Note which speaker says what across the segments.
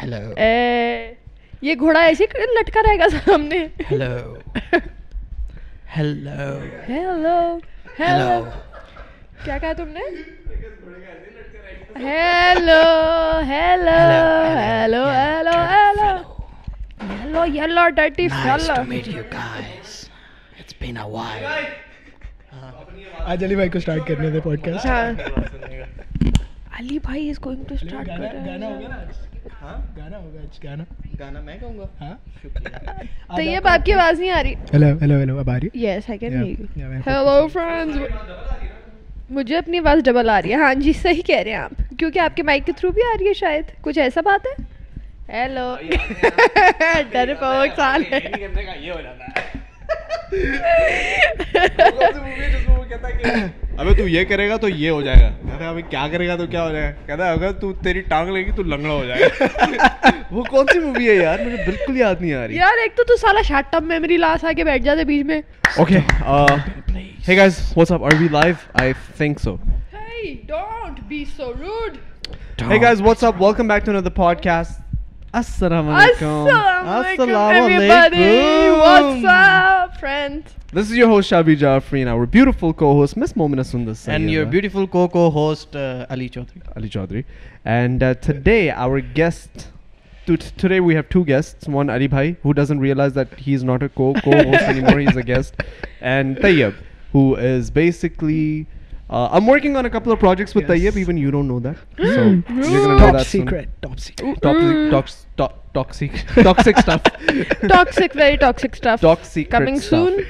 Speaker 1: Hello
Speaker 2: Eh. اے، یہ گھوڑا ایسے ہی لٹکا رہے گا سامنے
Speaker 1: hello hello
Speaker 2: hello hello
Speaker 1: hello
Speaker 2: کیا کہا تم نے hello hello hello hello hello yellow yellow dirty
Speaker 1: nice to meet you guys it's been a while آج علی بھائی کو سٹارٹ کرنے دے پوڈ کاسٹ
Speaker 2: اچھا۔ علی بھائی از گوئنگ ٹو اسٹارٹ کر
Speaker 1: گانا ہوگا نا ہاں گانا ہوگا آج گانا
Speaker 3: گانا میں گاؤں گا
Speaker 1: ہاں
Speaker 2: تو یہ باپ کی آواز نہیں آ رہی
Speaker 1: ہیلو ہیلو ہیلو اب آ رہی
Speaker 2: yes I can
Speaker 1: Yeah, yeah,
Speaker 2: hello friends مجھے اپنی آواز ڈبل آ رہی ہے ہاں جی صحیح کہہ رہے ہیں آپ کیونکہ آپ کے مائک کے تھرو بھی آ رہی ہے شاید کچھ ایسا بات ہے ہیلو ڈر پوک سال
Speaker 3: ابھی تو یہ کرے گا تو یہ ہو جائے گا کہتا ہے ابھی کیا کرے گا تو کیا ہو جائے گا کہتا ہے اگر تو تیری ٹانگ لے گی تو لنگڑا ہو جائے گا وہ کون سی مووی ہے یار مجھے بالکل یاد نہیں آ رہی
Speaker 2: یار ایک تو تو سالا شارٹ ٹپ میموری لاس آ کے بیٹھ جاتے بیچ میں
Speaker 3: okay Hey guys, what's up? Are we live? I think so.
Speaker 2: Hey, don't be so rude.
Speaker 3: Hey guys, what's up? Welcome back to another podcast. Assalamu alaikum.
Speaker 2: Assalamualaikum, everybody. What's up, friend?
Speaker 3: This is your host Shabi Jafri and our beautiful co-host Miss Momina Sundar
Speaker 4: and your beautiful co co host Ali Chaudhary
Speaker 3: Ali Chaudhary. And uh, today, our guest. To today we have two guests. One Ali Bhai, who doesn't realize that he's not a co co host anymore. He's a guest, and Tayyab, who is basically. Uh, I'm working on a couple of projects with
Speaker 4: Yes.
Speaker 3: Tayyab. Even you don't know that, so you're gonna know
Speaker 1: top
Speaker 3: that soon.
Speaker 1: Secret top secret
Speaker 3: Toxic, tox, to- toxic, toxic stuff.
Speaker 2: Toxic, very toxic stuff.
Speaker 3: Toxic.
Speaker 2: Coming soon.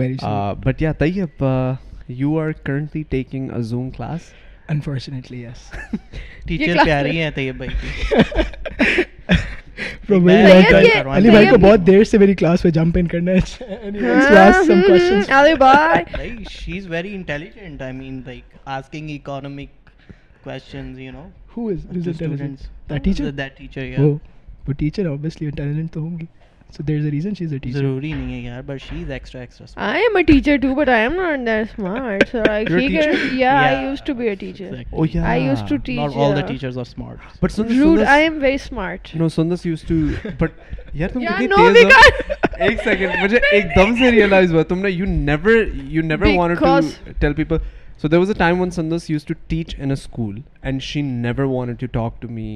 Speaker 1: Very
Speaker 3: Uh, but yeah, Tayyab, uh, you are currently taking a Zoom class.
Speaker 1: Unfortunately yes
Speaker 4: teacher پیاری ہیں طیب بھائی کی
Speaker 1: From
Speaker 4: میں
Speaker 1: very long
Speaker 2: سید یہ-
Speaker 1: time. علی بھائی کو
Speaker 2: سید-
Speaker 1: بہت دیر سے میری کلاس میں جمپ ان کرنا ہے Anyways, to ask some questions.
Speaker 2: Alley bye.
Speaker 4: بھائی she is very intelligent I mean like asking economic questions you know
Speaker 1: Who is- who's intelligent? That teacher?
Speaker 4: That teacher
Speaker 1: وہ-
Speaker 4: یار
Speaker 1: وہ teacher obviously intelligent تو ہوں گی. So there's a reason she's a teacher.
Speaker 4: ضروری نہیں ہے یار but she is extra extra
Speaker 2: I am a teacher too, but I am not that smart. So I
Speaker 3: You're a
Speaker 2: figure,
Speaker 3: teacher?
Speaker 2: yeah, I
Speaker 4: Yeah.
Speaker 2: used to be a teacher.
Speaker 3: Oh yeah.
Speaker 2: I used to teach.
Speaker 4: Not all
Speaker 2: yeah.
Speaker 4: The teachers are smart
Speaker 3: But Sundar,
Speaker 2: Rude,
Speaker 3: Sundar-
Speaker 2: I am very smart.
Speaker 3: No, Sundas used to. But یار تم
Speaker 2: Yeah,
Speaker 3: کتنی
Speaker 2: no,
Speaker 3: تیز ہو
Speaker 2: because-
Speaker 3: ایک second مجھے ایک دم سے realise ہوا تم نے you never you never want
Speaker 2: Because-
Speaker 3: to tell people so there was a time when Sundas used to teach in a school and she never want to talk to me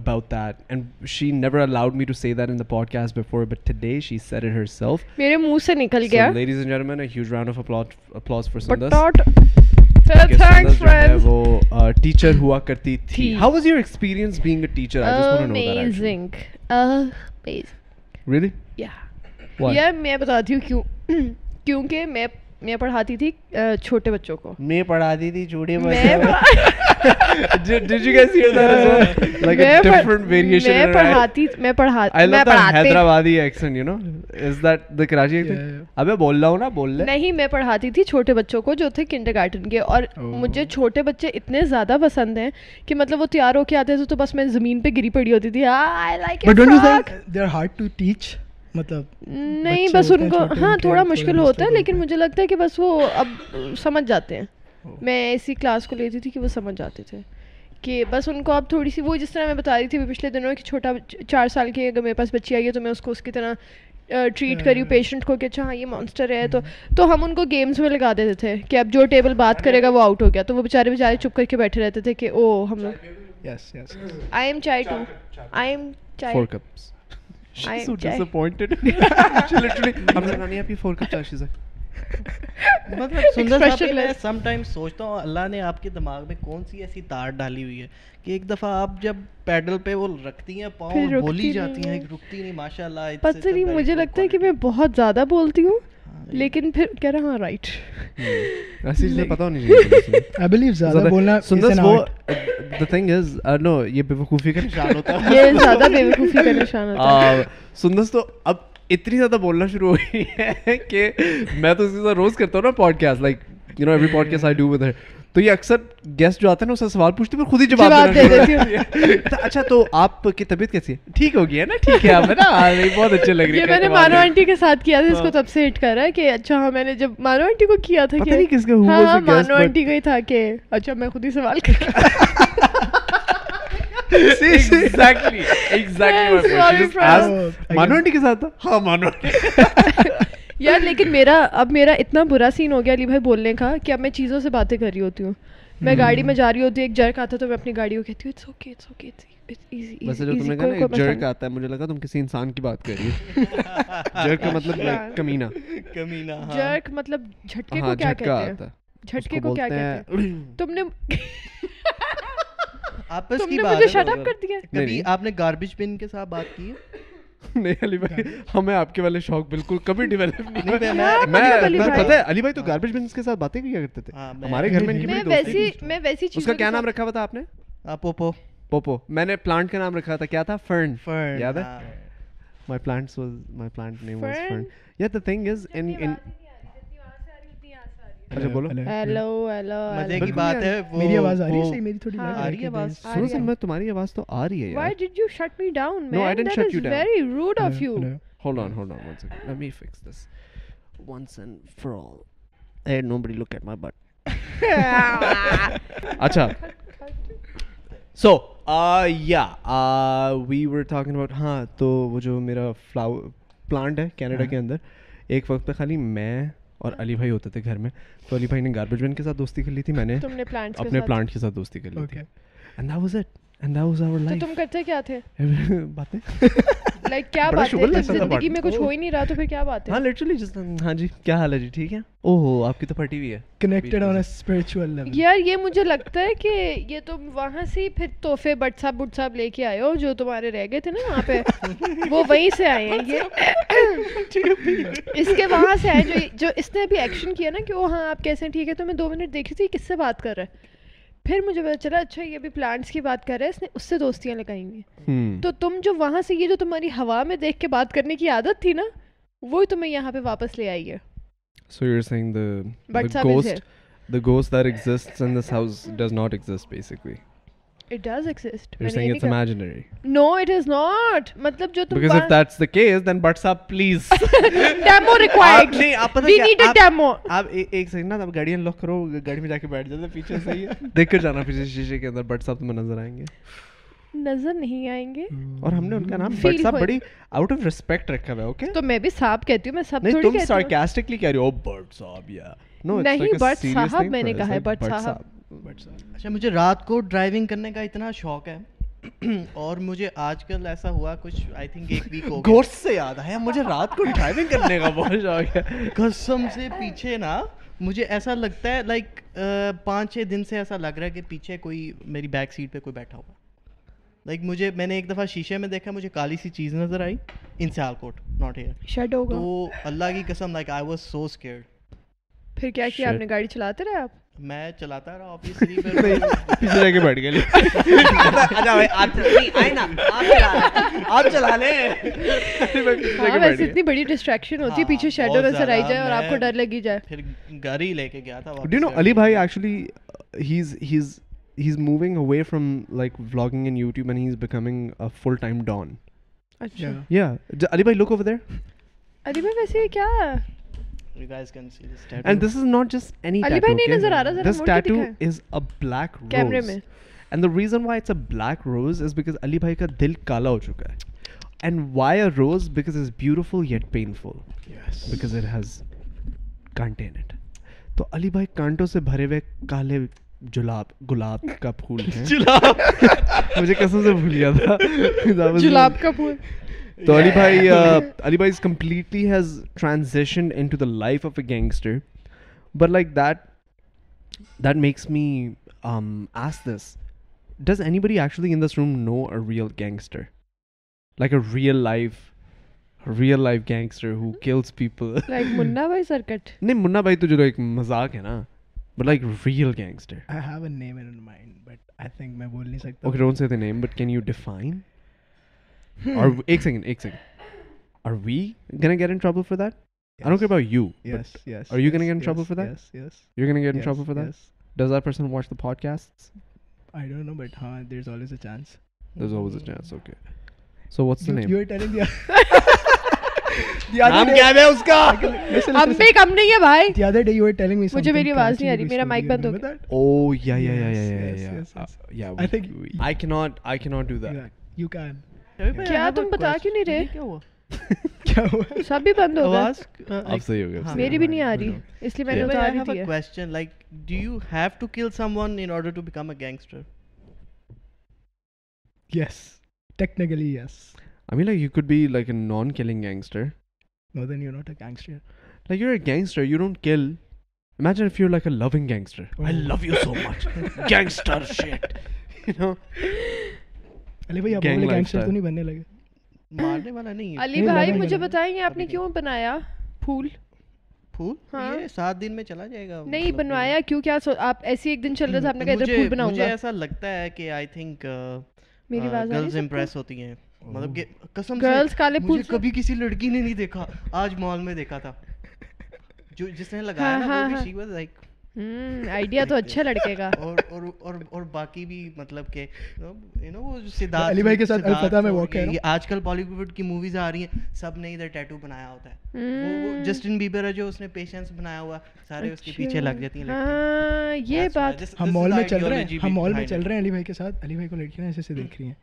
Speaker 3: about that and she never allowed me to say that in the podcast before but today she said it herself
Speaker 2: میرے منہ سے نکل گیا
Speaker 3: ladies and gentlemen a huge round of applause for
Speaker 2: but
Speaker 3: Sundas
Speaker 2: not
Speaker 3: کہ
Speaker 2: thanks
Speaker 3: Sundas جو ہے
Speaker 2: friend
Speaker 3: وہ teacher ہوا کرتی تھی
Speaker 2: تھی۔
Speaker 3: How was your experience being a teacher I just want to know that actually
Speaker 2: amazing amazing
Speaker 3: really
Speaker 2: یا یار میں بتاتی ہوں کیوں کیونکہ میں میں پڑھاتی تھی آ، چھوٹے بچوں کو
Speaker 4: میں پڑھا دی تھی جوڑے
Speaker 2: میں
Speaker 3: Did, did you guys hear that as well? Like
Speaker 2: میں
Speaker 3: a
Speaker 2: پڑھ-
Speaker 3: different variation.
Speaker 2: میں
Speaker 3: in it, right?
Speaker 2: پڑھاتی میں پڑھا
Speaker 3: I
Speaker 2: میں
Speaker 3: love that
Speaker 2: پڑھاتے
Speaker 3: Hyderabadi accent, you know? Is that the Karachi accent? ابے بول رہا ہوں نا بول لے
Speaker 2: نہیں میں پڑھاتی تھی چھوٹے بچوں کو جو تھے کنڈر گارڈن کے اور مجھے چھوٹے بچے اتنے زیادہ پسند ہیں کہ مطلب وہ تیار ہو کے آتے تھے تو بس میں زمین پہ گری پڑی ہوتی تھی
Speaker 1: But don't you think they're hard to teach? مطلب
Speaker 2: نہیں بس ان کو ہاں تھوڑا مشکل ہوتا ہے لیکن مجھے لگتا ہے کہ بس وہ اب سمجھ جاتے ہیں میں ایسی کلاس کو لیتی تھی کہ وہ سمجھ جاتے تھے کہ بس ان کو اب تھوڑی سی وہ جس طرح میں بتا رہی تھی پچھلے دنوں کہ چھوٹا چار سال کی اگر میرے پاس بچی آئی ہے تو میں اس کو اس کی طرح ٹریٹ کری ہوں پیشنٹ کو کہ اچھا ہاں یہ مانسٹر ہے تو تو ہم ان کو گیمز میں لگا دیتے تھے کہ اب جو ٹیبل بات کرے گا وہ آؤٹ ہو گیا تو وہ بیچارے بیچارے چپ کر کے بیٹھے رہتے تھے کہ او ہم لوگ
Speaker 1: Yes, yes.
Speaker 2: I am chai too I am chai
Speaker 3: Four cups.
Speaker 2: I-
Speaker 3: She's so
Speaker 2: I-
Speaker 3: disappointed. she literally, I'm like, Nani, aapki four cups are. She's like,
Speaker 4: مطلب سندر صاحب پہ میں سم ٹائم سوچتا ہوں اللہ نے آپ کے دماغ میں کون سی ایسی تار ڈالی ہوئی ہے کہ ایک دفعہ آپ جب پیڈل پہ وہ رکھتی ہیں پاؤں اور بولی جاتی ہیں رکتی نہیں ماشاء اللہ
Speaker 2: پتہ نہیں مجھے لگتا ہے کہ میں بہت زیادہ بولتی ہوں لیکن پھر کہہ رہا ہاں رائٹ
Speaker 3: ایسی چیزیں پتہ ہونی چاہیے
Speaker 1: I believe زیادہ بولنا is
Speaker 3: سندس
Speaker 1: an
Speaker 3: وہ
Speaker 1: art.
Speaker 3: the thing is uh, no یہ بیوقوفی کا نشان ہوتا ہے
Speaker 2: یہ زیادہ بے وقوفی کا نشان ہوتا ہے
Speaker 3: سندس تو اب اتنی زیادہ بولنا شروع ہو گئی ہے کہ میں تو اس کے ساتھ روز کرتا ہوں نا podcast like you know every podcast I do with تو یہ اکثر گیسٹ جو آتے ہیں نا اس سے سوال پوچھتے ہیں پھر خود ہی جواب دیتے اچھا تو آپ کی طبیعت کیسی ہے ٹھیک ہوگی ہے نا ٹھیک ہے آپ ہے نا بہت اچھے لگ رہی
Speaker 2: یہ
Speaker 3: ہے ہاں۔
Speaker 2: میں نے مانو آنٹی کے ساتھ کیا تھا اس کو تب سے ہٹ کر رہا ہے کہ اچھا ہاں میں نے جب مانو آنٹی کو کیا تھا ہاں مانو آنٹی کا ہی تھا کہ اچھا میں خود ہی سوال کر
Speaker 3: Exactly. Exactly.
Speaker 2: Yes,
Speaker 3: my point. She
Speaker 2: sorry,
Speaker 3: just
Speaker 2: Pranav.
Speaker 3: asked, "مانو آنٹی کے ساتھ تھا ہاں مانو آنٹی
Speaker 2: یار لیکن میرا اب میرا اتنا برا سین ہو گیا علی بھائی بولنے کا کہ اب میں چیزوں سے باتیں کر رہی ہوتی ہوں میں گاڑی میں جا رہی ہوتی ہوں ایک جرک آتا تو میں اپنی گاڑی کو کہتی ہوں it's okay it's okay e-,
Speaker 3: ویسے جو تم نے کہا نا ایک جرک آتا ہے مجھے لگا تم کسی انسان کی بات کر رہی ہو جرک کا مطلب کمینہ
Speaker 4: کمینہ ہاں
Speaker 2: جرک مطلب جھٹکے
Speaker 3: ہاں
Speaker 2: کو کیا
Speaker 3: جھٹکا
Speaker 2: کہتے
Speaker 3: آتا
Speaker 2: ہیں
Speaker 3: ہے
Speaker 2: جھٹکے کو کیا کہتے ہیں
Speaker 3: ہیں
Speaker 2: تم نے
Speaker 4: آپس
Speaker 2: تم
Speaker 4: کی
Speaker 2: نے
Speaker 4: بات
Speaker 2: مجھے شٹ اپ کر دیا
Speaker 4: کبھی آپ نے گاربیج بن کے ساتھ بات کی ہے
Speaker 3: نہیں علی بھائی ہمیں آپ کے والے شوق بالکل کبھی ڈیولپ نہیں ہوئے میں
Speaker 2: علی بھائی
Speaker 3: پتہ ہے علی بھائی تو گاربیج بنس کے ساتھ باتیں کیا کرتے تھے ہمارے گھر میں ان کی
Speaker 2: میں
Speaker 3: بڑی
Speaker 2: ویسی
Speaker 3: دوستی
Speaker 2: میں ویسی چیز
Speaker 3: اس کا کیا نام رکھا ہوا تھا آپ نے
Speaker 4: آپ اوپو
Speaker 3: پوپو میں نے پلانٹ کا نام رکھا تھا کیا تھا فرن
Speaker 4: فرن
Speaker 3: یاد ہے my plants was my plant name was fern
Speaker 2: Fern.
Speaker 3: یا the thing is ان ان اچھا بولو
Speaker 2: ہیلو ہیلو
Speaker 4: مزے کی بات ہے
Speaker 1: میری
Speaker 3: Oh,
Speaker 1: آواز آ رہی ہے صحیح میری تھوڑی
Speaker 4: آ رہی ہے آواز
Speaker 3: سنو سن میں تمہاری آواز تو آ رہی ہے یار
Speaker 2: Why did you shut me down, man?
Speaker 3: No, I didn't
Speaker 2: That
Speaker 3: shut
Speaker 2: is
Speaker 3: you down.
Speaker 2: very rude of you.
Speaker 3: Hold on hold on one second let me fix this once and for all اے Eh, nobody look at my butt اچھا so uh, yeah we were talking about ہاں تو وہ جو میرا flower plant ہے Canada کے اندر ایک وقت پہ خالی میں اور علی بھائی ہوتے تھے گھر میں تو علی بھائی نے گاربیج مین کے ساتھ دوستی کر لی تھی میں نے
Speaker 2: تم نے plants کے
Speaker 3: اپنے
Speaker 2: ساتھ-
Speaker 3: پلانٹ کے ساتھ دوستی کر لی تھی and that was it and that was our
Speaker 2: تو
Speaker 3: life
Speaker 2: تم کرتے کیا تھے
Speaker 3: باتیں
Speaker 2: لائک کیا
Speaker 3: بڑا
Speaker 2: بات ہے
Speaker 3: شغل ہے
Speaker 2: جب
Speaker 3: سندھا
Speaker 2: زندگی
Speaker 3: پارٹ۔
Speaker 2: میں کچھ ہو ہی نہیں رہا تو پھر کیا بات ہے
Speaker 3: ہاں لٹرلی جس ہاں جی کیا حال ہے جی ٹھیک ہے او ہو آپ کی تو پھٹی ہوئی ہے
Speaker 1: کنیکٹڈ آن اسپرچل لیول
Speaker 2: یار یہ مجھے لگتا ہے کہ یہ تم وہاں سے ہی پھر تحفے بٹ صاحب بٹ صاحب لے کے آئے ہو جو تمہارے رہ گئے تھے نا وہاں پہ وہ وہیں سے آئے ہیں یہ اس کے وہاں سے آئے جو جو اس نے ابھی ایکشن کیا نا کہ وہ ہاں آپ کیسے ہیں ٹھیک ہے تو میں دو منٹ دیکھ رہی تھی کس سے بات کر رہا ہے پھر مجھے پتا چلا اچھا یہ بھی پلانٹس کی بات کر رہا ہے اس نے اس سے دوستیاں لگائیں گی تو تم جو وہاں سے یہ جو تمہاری ہوا میں دیکھ کے بات کرنے کی عادت تھی نا وہی تمہیں یہاں پہ واپس لے آئی ہے
Speaker 3: so you saying the
Speaker 2: But Sab is
Speaker 3: ghost
Speaker 2: here.
Speaker 3: The ghost that exists in this house does not exist basically
Speaker 2: it does exist
Speaker 3: you saying it's imaginary
Speaker 2: no it is not مطلب جو تم
Speaker 3: because of that's the case then but صاحب please
Speaker 2: demo required we need a demo
Speaker 3: آپ ایک second نا آپ گاڑی unlock کرو گاڑی میں جا کے بیٹھ جاتے پیچھے صحیح ہے دیکھ کر جانا پیچھے شیشے کے اندر بٹ صاحب تمہیں نظر آئیں گے
Speaker 2: نظر نہیں آئیں گے
Speaker 3: اور ہم نے ان کا نام
Speaker 2: Feel
Speaker 3: بٹ صاحب
Speaker 2: ہوئی۔
Speaker 3: بڑی آؤٹ آف ریسپیکٹ رکھا ہوا ہے اوکے
Speaker 2: تو میں بھی صاحب کہتی ہوں میں سب
Speaker 3: نہیں
Speaker 2: تھوڑی
Speaker 3: تم
Speaker 2: کہتی ہوں
Speaker 3: سارکیسٹکلی کہہ رہی ہو بٹ صاحب یا نو
Speaker 2: نہیں بٹ صاحب میں نے کہا ہے بٹ صاحب
Speaker 4: اچھا مجھے رات کو ڈرائیونگ کرنے کا اتنا شوق ہے اور مجھے آج کل ایسا ہوا کچھ آئی تھنک ایک ویک ہو گیا
Speaker 3: گور سے یاد آیا مجھے رات کو ڈرائیونگ کرنے کا بہت شوق ہے
Speaker 4: قسم سے پیچھے نا مجھے ایسا لگتا ہے لائک پانچ چھ دن سے ایسا لگ رہا ہے کہ پیچھے کوئی میری بیک سیٹ پہ کوئی بیٹھا ہوا لائک مجھے میں نے ایک دفعہ شیشے میں دیکھا مجھے کالی سی چیز نظر آئی in Sialkot not here
Speaker 2: shit ہوگا
Speaker 4: تو اللہ کی قسم like I was so scared
Speaker 2: پھر کیا کیا آپ نے گاڑی چلاتے رہے آپ
Speaker 4: میں چلاتا رہا آبویسلی
Speaker 3: پیچھے جا کے بیٹھ گئے اچھا آپ چلا لیں
Speaker 2: ہاں ویسے اتنی بڑی ڈسٹریکشن
Speaker 3: ہاں،
Speaker 2: ہوتی ہے پیچھے شیڈو نظر آئی جائے اور آپ کو ڈر لگی جائے
Speaker 4: پھر گاڑی لے کے گیا تھا
Speaker 3: ڈو نو علی بھائی actually has has has moving away from like vlogging and YouTube and has becoming full time don
Speaker 2: اچھا
Speaker 3: یا علی بھائی لک اوور دیر
Speaker 2: علی بھائی ویسے کیا
Speaker 4: You guys can see this tattoo.
Speaker 3: And this is not just any
Speaker 2: Ali بھائی نہیں نظر آ رہا، ذرا
Speaker 3: دس
Speaker 2: مڑ کے
Speaker 3: ٹیٹو
Speaker 2: دکھائیں۔
Speaker 3: از اے بلیک
Speaker 2: کیمرے
Speaker 3: روز
Speaker 2: میں۔
Speaker 3: And the reason why it's a black rose is because Ali بھائی کا دل کالا ہو چکا ہے and why a rose because is beautiful yet painful because it has contain it تو علی بھائی کانٹوں سے بھرے ہوئے کالے جلاب گلاب کا پھول ہے مجھے قسم سے بھول گیا تھا That was-
Speaker 2: جلاب کا پھول
Speaker 3: تو علی بھائی علی بھائی completely has transition into the life of a gangster but like that that makes me ask this does anybody actually in this room know a real gangster like a real life real life gangster who کلس people
Speaker 2: like Munna بھائی circuit
Speaker 3: نہیں منا بھائی تو جو ایک مذاق ہے نا but like real gangster
Speaker 1: I have a name in mind but I think میں بول نہیں سکتا
Speaker 3: okay don't say the name but can you define اور ایک سیکنڈ ایک second are we gonna get in trouble for that I don't care about you
Speaker 1: yes yes
Speaker 3: Are you gonna get in trouble for that?
Speaker 1: Yes yes
Speaker 3: you gonna get in trouble for that does that person watch the podcast
Speaker 1: I don't know but ہاں there is always a chance Mm.
Speaker 3: There's always a chance okay so what's the
Speaker 1: you
Speaker 3: name
Speaker 1: are telling The other
Speaker 3: نام
Speaker 1: day-
Speaker 3: کیا ہے اس کا
Speaker 2: ہم
Speaker 1: Listen, listen.
Speaker 2: پہ کم نہیں ہے بھائی
Speaker 1: The other day you were telling me
Speaker 2: مجھے
Speaker 1: something
Speaker 2: میری آواز
Speaker 1: catchy
Speaker 2: نہیں آ رہی،
Speaker 1: which
Speaker 2: میرا
Speaker 1: you
Speaker 2: mic been who
Speaker 1: remember
Speaker 2: گیا۔
Speaker 1: that?
Speaker 3: Oh yeah yeah yeah
Speaker 1: Yes,
Speaker 3: yeah yeah
Speaker 1: yes,
Speaker 3: yeah.
Speaker 1: yes, yes.
Speaker 3: Uh, yeah.
Speaker 1: I think-
Speaker 3: we- I cannot I cannot do that.
Speaker 1: Yeah, you can.
Speaker 2: کیا تم بتا کیوں نہیں رہے
Speaker 4: کیا ہوا
Speaker 1: کیا ہوا
Speaker 2: سب بھی بند ہو گئے
Speaker 4: آواز
Speaker 3: اب صحیح ہو گیا
Speaker 1: uh-huh.
Speaker 3: اب
Speaker 2: میری بھی نہیں آ رہی اس لیے میں نے اتار دی ہے
Speaker 4: question like do you have to kill someone in order to become a gangster
Speaker 1: Yes. Technically, yes.
Speaker 3: I mean like you could be like a non-killing gangster.
Speaker 1: No, then you're not a gangster.
Speaker 3: Like you're a gangster, you don't kill. Imagine if you're like a loving gangster. I
Speaker 1: Oh.
Speaker 3: love you so much. gangster shit. You know.
Speaker 1: Ali بھائی آپ
Speaker 3: Gang
Speaker 1: بولے
Speaker 3: lifestyle.
Speaker 1: Gangster تو نہیں بننے لگے
Speaker 4: مارنے والا نہیں ہے
Speaker 2: علی
Speaker 1: نہیں
Speaker 2: بھائی
Speaker 1: لگا
Speaker 2: مجھے
Speaker 1: لگا۔
Speaker 2: بتائیں آپ نے کیوں بنایا پھول
Speaker 4: پھول یہ سات دن میں چلا جائے گا
Speaker 2: نہیں بنوایا کیوں کیا آپ ایسے ایک دن چل رہا تھا آپ نے کہا ادھر پھول بناؤں
Speaker 4: مطلب مجھے
Speaker 2: گا
Speaker 4: ایسا لگتا ہے کہ آئی تھنک uh,
Speaker 2: میری آواز آ
Speaker 4: گرلز
Speaker 2: رہی
Speaker 4: امپریس ہوتی ہیں مطلب کہ قسم
Speaker 2: گرلز کالے پھول
Speaker 4: مجھے کبھی کسی لڑکی نے نہیں دیکھا آج مال میں دیکھا تھا جو جس نے لگایا نا وہ بھی شی واز لائک
Speaker 2: ہے آئیڈیا تو اچھا لڑکے کا
Speaker 4: اور اور اور اور باقی بھی مطلب کہ یو نو وہ سدھارتھ
Speaker 1: علی بھائی کے ساتھ الفتح میں walk ہے نا؟
Speaker 4: یہ آج کل بالی ووڈ کی موویز آ رہی ہیں سب نے ادھر ٹیٹو بنایا ہوتا ہے وہ جسٹن بیبر ہے جو اس نے پیشنس بنایا ہوا ہے سارے اس کے پیچھے لگ جاتی ہیں
Speaker 2: اچھا۔ ہاں یہ بات
Speaker 1: ہم مال میں چل رہے ہیں ہم مال میں چل رہے ہیں علی بھائی کے ساتھ علی بھائی کو لڑکیاں ایسے ایسے دیکھ رہی ہیں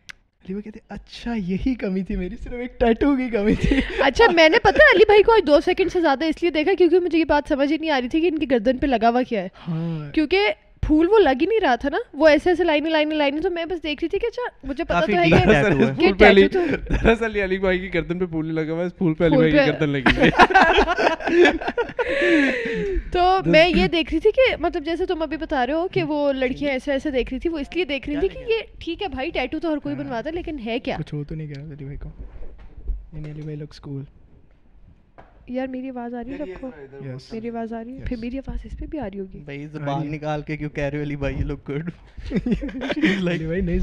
Speaker 1: علی بھائی کہتے اچھا یہی کمی تھی میری صرف ایک ٹیٹو کی کمی تھی
Speaker 2: اچھا میں نے پتا علی بھائی کو آج دو سیکنڈ سے زیادہ اس لیے دیکھا کیونکہ مجھے یہ بات سمجھ ہی نہیں آ رہی تھی کہ ان کی گردن پہ لگا ہوا کیا ہے
Speaker 1: ہاں
Speaker 2: کیونکہ پھول وہ لگ ہی نہیں رہا تھا نا وہ ایسے ایسے لائنیں لائنیں لائنیں تو میں بس دیکھ رہی تھی کہ اچھا مجھے پتا تو ہے کہ
Speaker 3: دراصل اس پھول
Speaker 4: tattoo ہے۔
Speaker 2: یہ
Speaker 3: پہ علی
Speaker 2: tattoo تو-
Speaker 3: دراصل یہ علی بھائی کی گردن پہ پھول نہیں لگا ہوا ہے اس پھول پہ علی
Speaker 2: پھول
Speaker 3: بھائی کی
Speaker 2: پہ-
Speaker 3: گردن لگی ہوئی ہے
Speaker 2: تو میں یہ دیکھ رہی تھی کہ مطلب جیسے تم ابھی بتا رہے ہو کہ وہ لڑکیاں ایسے ایسے دیکھ رہی تھی وہ اس لیے دیکھ رہی تھی کہ یہ ٹھیک ہے بھائی ٹیٹو تو ہر کوئی بنواتا ہے لیکن ہے کیا
Speaker 1: کچھ ہو تو نہیں کہہ رہا علی بھائی کو نہیں علی بھائی لوگ اسکول
Speaker 2: یار میری آواز آ رہی ہے سب کو
Speaker 1: یس
Speaker 2: میری آواز آ رہی ہے پھر میری آواز اس پہ بھی آ رہی ہوگی
Speaker 4: بھائی
Speaker 1: ہاں جی۔
Speaker 4: زبان نکال کے کیوں کہہ رہے ہو علی بھائی یہ لوگ گڈ
Speaker 1: علی بھائی نہیں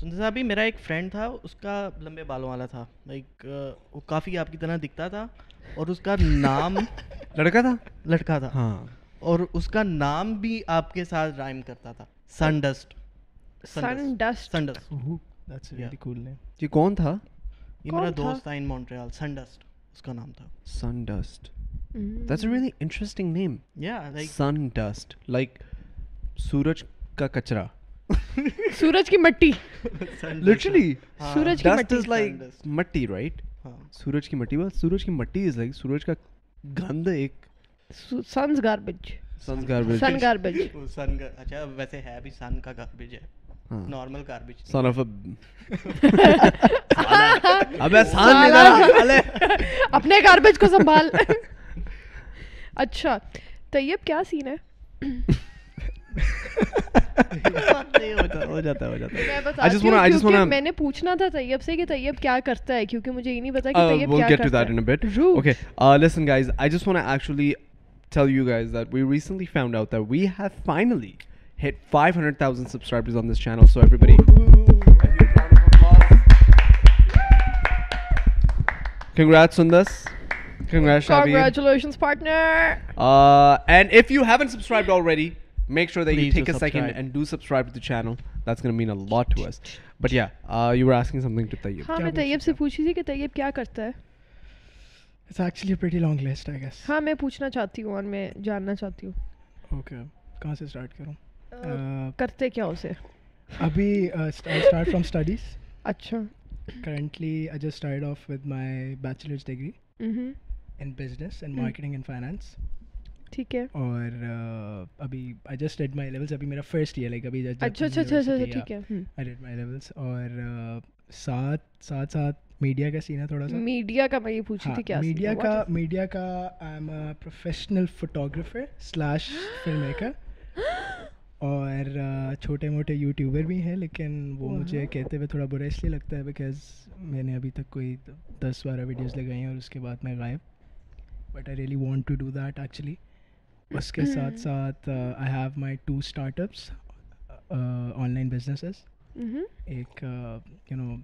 Speaker 4: سنتے صاحب بھی میرا ایک فرینڈ تھا اس کا لمبے بالوں والا تھا لائک وہ کافی آپ کی طرح دکھتا تھا اور اس کا نام
Speaker 3: لڑکا تھا
Speaker 4: لڑکا تھا
Speaker 3: ہاں
Speaker 4: اور اس کا نام بھی آپ کے ساتھ رائم کرتا تھا sun dust
Speaker 2: sun dust
Speaker 4: sun dust
Speaker 1: that's very cool name
Speaker 3: جی کون تھا
Speaker 4: یہ میرا دوست تھا ان مونٹریال سن ڈسٹ اس کا نام تھا
Speaker 3: sun dust that's really interesting name
Speaker 4: یا لائک
Speaker 3: سن ڈسٹ لائک سورج کا کچرا
Speaker 2: سورج کی مٹی
Speaker 3: لٹرلی
Speaker 2: سورج کی
Speaker 3: ڈسٹ
Speaker 2: مٹی
Speaker 3: از لائک مٹی رائٹ
Speaker 4: ہاں۔
Speaker 3: سورج کی مٹی بس سورج کی مٹی از لائک سورج کا گند ایک
Speaker 2: سنز گاربیج
Speaker 3: سن گاربیج
Speaker 2: سن گاربیج
Speaker 4: سن کا اچھا ویسے ہے بھی سن کا گاربیج ہے
Speaker 3: ہاں۔
Speaker 4: نارمل گاربیج
Speaker 3: سن آف ابے سان لے رہا
Speaker 2: اپنے گاربیج کو سنبھال اچھا طیب کیا سین ہے
Speaker 4: ہو جاتا ہے ہو جاتا ہے
Speaker 2: میں
Speaker 3: I just wanna- I just
Speaker 2: بتا
Speaker 3: wanna-
Speaker 2: میں نے پوچھنا تھا طیب سے کہ طیب کیا کرتا ہے کیونکہ مجھے یہ نہیں پتا کہ طیب
Speaker 3: Uh, we'll
Speaker 2: کیا
Speaker 3: get to
Speaker 2: کرتا
Speaker 3: that in a
Speaker 2: ہے
Speaker 3: bit.
Speaker 2: Rude.
Speaker 3: Okay, uh, listen, guys, I just want to actually tell you guys that we recently found out that we have finally hit 500,000 subscribers on this channel. So, everybody. Congrats on this. Congrats, Shabir.
Speaker 2: Congratulations, partner.
Speaker 3: Uh, and if you haven't subscribed already, make sure that you
Speaker 4: Please
Speaker 3: take
Speaker 4: do
Speaker 3: a second
Speaker 4: subscribe.
Speaker 3: and do subscribe to the channel. That's going to mean a lot to us. But yeah, uh, you were asking something to Tayyip.
Speaker 2: ہاں میں طیب سے پوچھی تھی کہ طیب کیا کرتا ہے
Speaker 1: it's actually pretty long list I guess
Speaker 2: ہاں میں پوچھنا چاہتی ہوں اور میں جاننا چاہتی ہوں Uh,
Speaker 1: اوکے کہاں سے اسٹارٹ کروں
Speaker 2: کرتے کیا اسے
Speaker 1: Uh, ابھی uh, اسٹارٹ فرام اسٹڈیز
Speaker 2: اچھا
Speaker 1: currently I just start off with my bachelors degree in business and marketing and finance
Speaker 2: ٹھیک ہے
Speaker 1: اور ابھی I just did my levels ابھی میرا فرسٹ ایئر لائک ابھی
Speaker 2: اچھا اچھا اچھا اچھا ٹھیک ہے
Speaker 1: آئی ڈیڈ مائی لیولس اور ساتھ ساتھ ساتھ میڈیا کا سین ہے تھوڑا سا
Speaker 2: میڈیا کا میں یہ پوچھی تھی کیا
Speaker 1: ہاں۔ میڈیا کا میڈیا کا I am a professional photographer slash film maker اور چھوٹے موٹے یوٹیوبر بھی ہیں لیکن وہ مجھے کہتے ہوئے تھوڑا برا اس لیے لگتا ہے بیکاز میں نے ابھی تک کوئی دس بارہ ویڈیوز لگائی ہیں اور اس کے بعد میں غائب but I really want to do that actually اس کے ساتھ ساتھ I have my two start ups online businesses ایک you know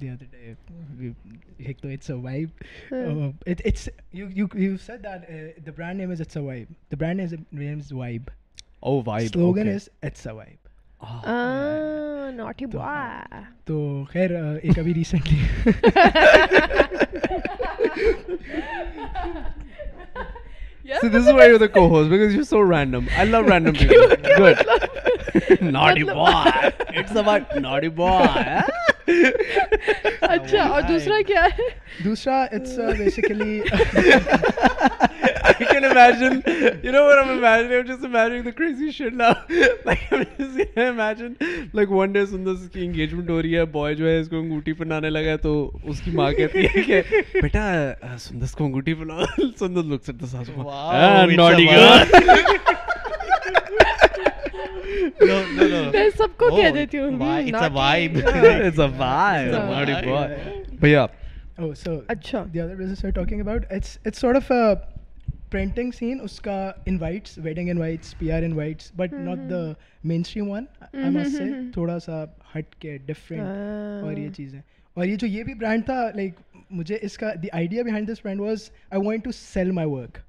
Speaker 1: the other day ایک تو Oh، it's a vibe it's you said that the brand name is it's a vibe the brand name is vibe
Speaker 3: Oh, vibe.
Speaker 1: Slogan
Speaker 3: okay. Ah.
Speaker 1: Is it's a vibe
Speaker 2: naughty
Speaker 1: ہاں۔ eh, تو خیر ایک ابھی recently
Speaker 3: See, this is why you're the co-host because you're so random. I love random people. Good. naughty boy. It's about naughty boy. huh?
Speaker 2: اچھا اور دوسرا کیا ہے
Speaker 1: دوسرا it's basically
Speaker 3: I can imagine. You know what I'm imagining? I'm just imagining the crazy shit now. like I'm just gonna imagine like one day Sundar की engagement हो रही है boy जो है इसको अंगूठी पहनाने लगा है तो उसकी माँ कहती है कि बेटा अ, सुंदर को अंगूठी पहनाओ सुंदर looks at the सासू
Speaker 4: Wow,
Speaker 3: "Ah,
Speaker 4: it's
Speaker 3: naughty
Speaker 4: a
Speaker 3: girl."
Speaker 4: No, no, no.
Speaker 2: میں سب کو
Speaker 4: Oh,
Speaker 2: کہہ دیتی ہوں
Speaker 4: why-
Speaker 2: ہم،
Speaker 4: it's a
Speaker 2: naughty.
Speaker 4: vibe.
Speaker 3: it's a vibe.
Speaker 2: It's a
Speaker 3: naughty
Speaker 4: vibe.
Speaker 3: boy. But yeah.
Speaker 1: Oh, so
Speaker 2: Acha.
Speaker 1: the other business we're talking about, it's it's sort of a printing scene. Uska invites, wedding invites, PR invites, but not the mainstream one. I- I must say, थोड़ा सा हट के different और ये चीज़ें और ये जो ये भी brand था like मुझे इसका the idea behind this brand was I want to sell my work.